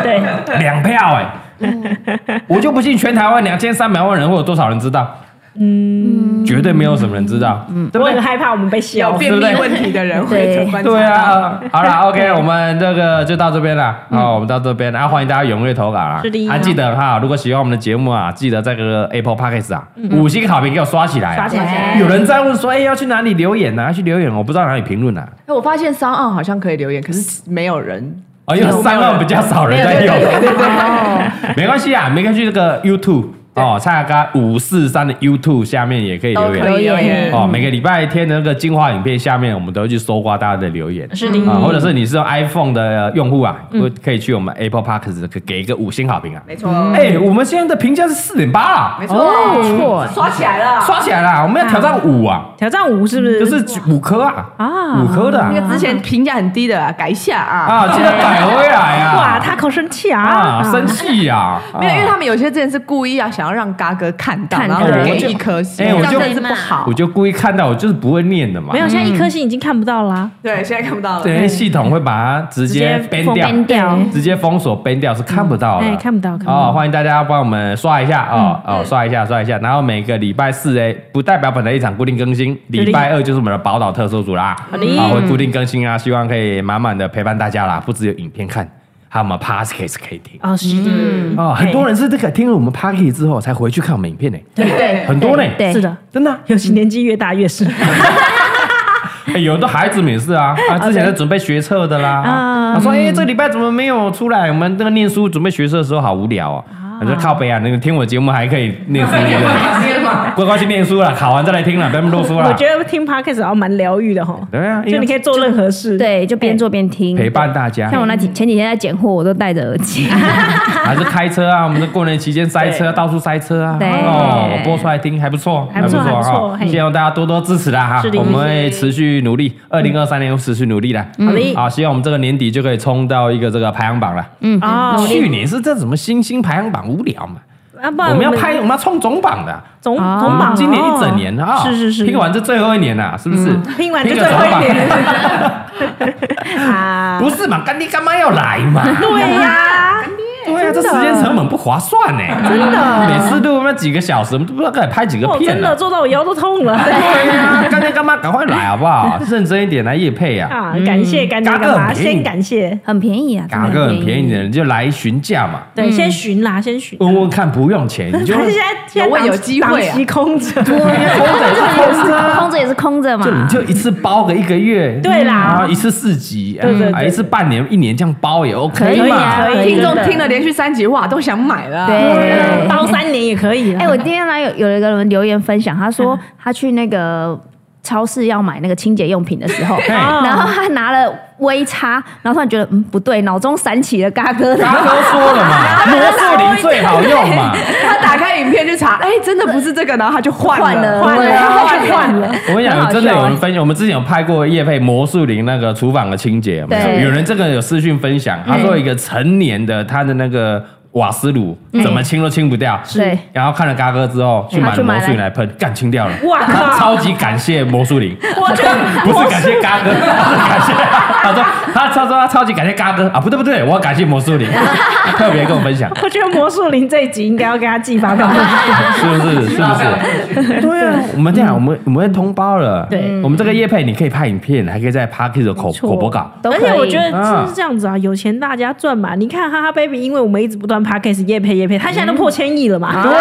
[SPEAKER 3] 对，嗯
[SPEAKER 1] 两票哎、我就不信全台湾两千三百万人会有多少人知道，嗯，绝对没有什么人知道，嗯，对
[SPEAKER 3] 我
[SPEAKER 1] 不对
[SPEAKER 3] 很？害怕我们被笑
[SPEAKER 6] 有。便秘问题的人会
[SPEAKER 2] 对
[SPEAKER 6] 观察到
[SPEAKER 1] 对，啊，好了，OK，我们这个就到这边了。好，我们到这边，然后欢迎大家踊跃投稿啦
[SPEAKER 3] 是。的
[SPEAKER 1] 还记得哈，如果喜欢我们的节目啊，记得在这个 Apple Podcast 啊，五星好评给我刷起来啊。
[SPEAKER 3] 嗯刷起来
[SPEAKER 1] 有人在问说，哎，要去哪里留言啊呢？要去留言，我不知道哪里评论啊。
[SPEAKER 6] 哎我发现商岸好像可以留言，可是没有人。
[SPEAKER 1] 哦，因为三万比较少人在用，没关系啊，没关系。这个 YouTube 哦，蔡雅刚五四三的 YouTube 下面也可以留
[SPEAKER 6] 都可
[SPEAKER 1] 言
[SPEAKER 6] 以留言
[SPEAKER 1] 哦。每个礼拜天的那个精华影片下面，我们都会去搜刮大家的留言。
[SPEAKER 3] 是的，
[SPEAKER 1] 啊、或者是你是用 iPhone 的用户啊，可以去我们 Apple Park 给给一个五星好评啊。
[SPEAKER 6] 嗯没错，
[SPEAKER 1] 哎、我们现在的评价是四点八啊
[SPEAKER 6] 没，哦错，
[SPEAKER 2] 错，
[SPEAKER 6] 刷起来了。
[SPEAKER 1] 刷起来啦！我们要挑战五啊，
[SPEAKER 3] 挑战五是不是？
[SPEAKER 1] 就是五颗啊，
[SPEAKER 3] 啊
[SPEAKER 1] 五颗的啊
[SPEAKER 6] 那个之前评价很低的啊，改一下啊。
[SPEAKER 1] 啊，记得改回来啊！
[SPEAKER 3] 哇，他好生气啊！
[SPEAKER 1] 啊，生气啊！
[SPEAKER 6] 没有，因为
[SPEAKER 1] 啊
[SPEAKER 6] 他们有些之前是故意啊，想要让嘎哥看到，
[SPEAKER 2] 看
[SPEAKER 6] 然
[SPEAKER 2] 到
[SPEAKER 6] 后给
[SPEAKER 1] 我就
[SPEAKER 6] 一颗星，
[SPEAKER 1] 哎我
[SPEAKER 6] 这
[SPEAKER 1] 就
[SPEAKER 6] 样真的是不好
[SPEAKER 1] 我。就故意看到，我就是不会念的嘛。
[SPEAKER 3] 没有，现在一颗星已经看不到啦，
[SPEAKER 6] 对，现在看不到了。
[SPEAKER 1] 对，系统会把它直接
[SPEAKER 3] 哦直接
[SPEAKER 1] ban 掉，
[SPEAKER 2] ban 掉
[SPEAKER 1] 直接封锁 ban 掉是看不到的，
[SPEAKER 3] 哎，看不到，看不
[SPEAKER 1] 哦，
[SPEAKER 3] 到。嗯
[SPEAKER 1] 欢迎大家帮我们刷一下哦哦，刷一下刷一下，然后每个礼拜四哎，不代表本台立场固定更新，礼拜二就是我们的宝岛特搜组啦，啊
[SPEAKER 3] 的
[SPEAKER 1] 会固定更新啊，希望可以满满的陪伴大家啦，不只有影片看。还有我们 podcast 可以听
[SPEAKER 3] 啊，是
[SPEAKER 6] 嗯
[SPEAKER 3] 的，
[SPEAKER 1] 哦，很多人是这个听了我们 podcast 之后才回去看我们影片呢，
[SPEAKER 2] 对
[SPEAKER 1] 很多呢，
[SPEAKER 2] 对
[SPEAKER 3] 是的，
[SPEAKER 1] 真的啊，
[SPEAKER 3] 尤其哎年纪越大越是
[SPEAKER 1] (laughs) 哎有的孩子们也是啊，啊，之前在准备学测的啦，
[SPEAKER 3] 啊
[SPEAKER 1] 他说哎，这礼拜怎么没有出来？我们那个念书准备学测的时候好无聊哦。我说靠北啊，那个听我节目还可以念书，对不对乖乖去念书了，考完再来听了，不要那么啰嗦
[SPEAKER 3] 我
[SPEAKER 1] 了。
[SPEAKER 3] 觉得听 podcast 好像蛮疗愈的哈，
[SPEAKER 1] 对啊，
[SPEAKER 3] 就你可以做任何事，，
[SPEAKER 2] 对，就边做边听，
[SPEAKER 1] 陪伴大家，
[SPEAKER 2] 像我那几前几天在拣货，我都戴着耳机。
[SPEAKER 1] 还
[SPEAKER 3] (laughs)
[SPEAKER 1] 是开车啊，我们这过年期间塞车，到处塞车啊。
[SPEAKER 2] 对
[SPEAKER 1] 哦，我播出来听还不错，
[SPEAKER 3] 还不错还不错
[SPEAKER 1] 哈
[SPEAKER 3] 嘿
[SPEAKER 1] 希望大家多多支持啦哈
[SPEAKER 3] 是，的
[SPEAKER 1] 我们会持续努力，二零二三年会持续努力的。
[SPEAKER 3] 好的
[SPEAKER 1] 好，希望我们这个年底就可以冲到一个这个排行榜了。
[SPEAKER 3] 啊，
[SPEAKER 6] 嗯
[SPEAKER 1] 去年是这什么星星排行榜无聊嘛？
[SPEAKER 3] 啊，不然
[SPEAKER 1] 我们要拍，我们要冲总榜的。
[SPEAKER 3] 总
[SPEAKER 6] 哦
[SPEAKER 1] 我
[SPEAKER 3] 总
[SPEAKER 1] 们
[SPEAKER 3] 榜，
[SPEAKER 1] 今年一整年啊，
[SPEAKER 3] 哦是是是，
[SPEAKER 1] 拼完这最后一年啦，是不是？
[SPEAKER 3] 拼完就
[SPEAKER 1] 个
[SPEAKER 3] 最后
[SPEAKER 1] 总榜
[SPEAKER 3] 一年啊，
[SPEAKER 1] 不是嘛？干爹干妈要来嘛？
[SPEAKER 3] 对呀。 (laughs)
[SPEAKER 1] 对啊，这时间成本不划算呢，真的。每次录那几个小时，我们都不知道该拍几个
[SPEAKER 3] 我
[SPEAKER 1] 片
[SPEAKER 3] 真
[SPEAKER 1] 了
[SPEAKER 3] 的。做到我腰都
[SPEAKER 1] (laughs)
[SPEAKER 3] 痛了。
[SPEAKER 1] 对呀，干爹干妈赶快来好不好？认真一点来夜配啊！
[SPEAKER 3] 啊，感谢感谢
[SPEAKER 1] 嘎
[SPEAKER 3] 干
[SPEAKER 1] 个
[SPEAKER 3] 嘛？
[SPEAKER 1] 很便宜
[SPEAKER 3] 先感谢，
[SPEAKER 2] 很便宜啊，真的
[SPEAKER 1] 嘎哥很便宜的，你就来询价嘛，
[SPEAKER 6] 嗯
[SPEAKER 3] 对，先寻啦，先寻。
[SPEAKER 1] 问问看，不用钱，
[SPEAKER 3] (laughs)
[SPEAKER 1] 你就
[SPEAKER 3] 还是现在现在
[SPEAKER 6] 有问
[SPEAKER 3] 档
[SPEAKER 6] 有机会啊
[SPEAKER 3] 档期空哎着，
[SPEAKER 2] 空着空着也是空着嘛
[SPEAKER 1] 就，你就一次包个一个月，
[SPEAKER 3] 对啦
[SPEAKER 1] 啊，一次四集，
[SPEAKER 3] 对对对
[SPEAKER 1] 啊，一次半年、一年这样包也 OK
[SPEAKER 2] 可以啊，
[SPEAKER 1] 嘛。
[SPEAKER 2] 可以
[SPEAKER 6] 听众
[SPEAKER 2] 真的
[SPEAKER 6] 听了连续三集，哇，都想买了。
[SPEAKER 1] 啊
[SPEAKER 2] 对。
[SPEAKER 3] 包三年也可以啦。 (laughs)
[SPEAKER 2] 哎，我今天来有有一个人留言分享，他说他去那个超市要买那个清洁用品的时候，
[SPEAKER 1] 嘿
[SPEAKER 3] (laughs) 哦
[SPEAKER 2] 然后他拿了微叉，然后突然觉得嗯不对，脑中闪起了嘎哥的，
[SPEAKER 1] 嘎
[SPEAKER 3] 啊
[SPEAKER 1] 哥说了嘛，魔术林最好用嘛。
[SPEAKER 6] 他打开影片去查，哎，真的不是这个，然后他就换
[SPEAKER 2] (laughs) 换了
[SPEAKER 6] 了，
[SPEAKER 3] 换
[SPEAKER 2] 对
[SPEAKER 3] 了换了换了，
[SPEAKER 1] 我跟你
[SPEAKER 2] 很
[SPEAKER 1] 讲，
[SPEAKER 2] 好
[SPEAKER 1] 真的
[SPEAKER 2] 笑啊
[SPEAKER 1] 有人分享，我们之前有拍过叶配魔术林那个厨房的清洁，有没有
[SPEAKER 2] 对嗯
[SPEAKER 1] 有人这个有私讯分享，他说一个成年的他的那个瓦斯炉怎么清都清不掉，
[SPEAKER 2] 对，
[SPEAKER 1] 然后看了嘎哥之后去买
[SPEAKER 2] 嗯他去买
[SPEAKER 1] 魔术林
[SPEAKER 2] 了
[SPEAKER 1] 来喷，干清掉了，
[SPEAKER 3] 哇
[SPEAKER 1] 他超级感谢魔术林，
[SPEAKER 3] 我觉得
[SPEAKER 1] (laughs) 不是感谢嘎哥，他是感谢，他说他他说他超级感谢嘎哥啊，不对不对，我要感谢魔
[SPEAKER 2] (laughs)
[SPEAKER 1] 术林，特别跟我分享，
[SPEAKER 3] (laughs) 我觉得魔术林这一集应该要给他寄发
[SPEAKER 1] (laughs)
[SPEAKER 3] 票。
[SPEAKER 1] 是不是？是不是？对啊，我们这样，我们我们通包了，
[SPEAKER 3] 嗯对
[SPEAKER 1] 我们这个叶配你可以拍影片，还可以在 p a r k e 的口
[SPEAKER 3] 没错
[SPEAKER 1] 口播
[SPEAKER 3] (laughs)
[SPEAKER 1] 稿。
[SPEAKER 2] 都
[SPEAKER 3] 而
[SPEAKER 2] 可以
[SPEAKER 3] 且我觉得
[SPEAKER 1] 啊
[SPEAKER 3] 就是这样子啊，有钱大家赚嘛。你看哈哈 baby，因为我们一直不断 podcast 夜配夜配，他现在都破千亿了
[SPEAKER 1] 嗯
[SPEAKER 3] 嘛。对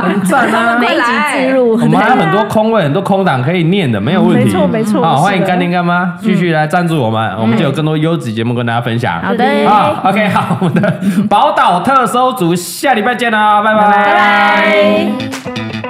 [SPEAKER 1] 很赞啊！
[SPEAKER 2] 每一集置入
[SPEAKER 1] 我，们还有
[SPEAKER 3] 啊
[SPEAKER 1] 很多空位，很多空档可以念的，没有问题。
[SPEAKER 3] 没错没错
[SPEAKER 1] 好，
[SPEAKER 3] 是的嗯
[SPEAKER 1] 欢迎干爹干妈继续来赞助我们，我们就有更多优质节目跟大家分享。
[SPEAKER 2] 好的
[SPEAKER 1] 好，OK，好，我啊们的宝岛特搜组下礼拜见啦，拜拜。
[SPEAKER 2] 拜。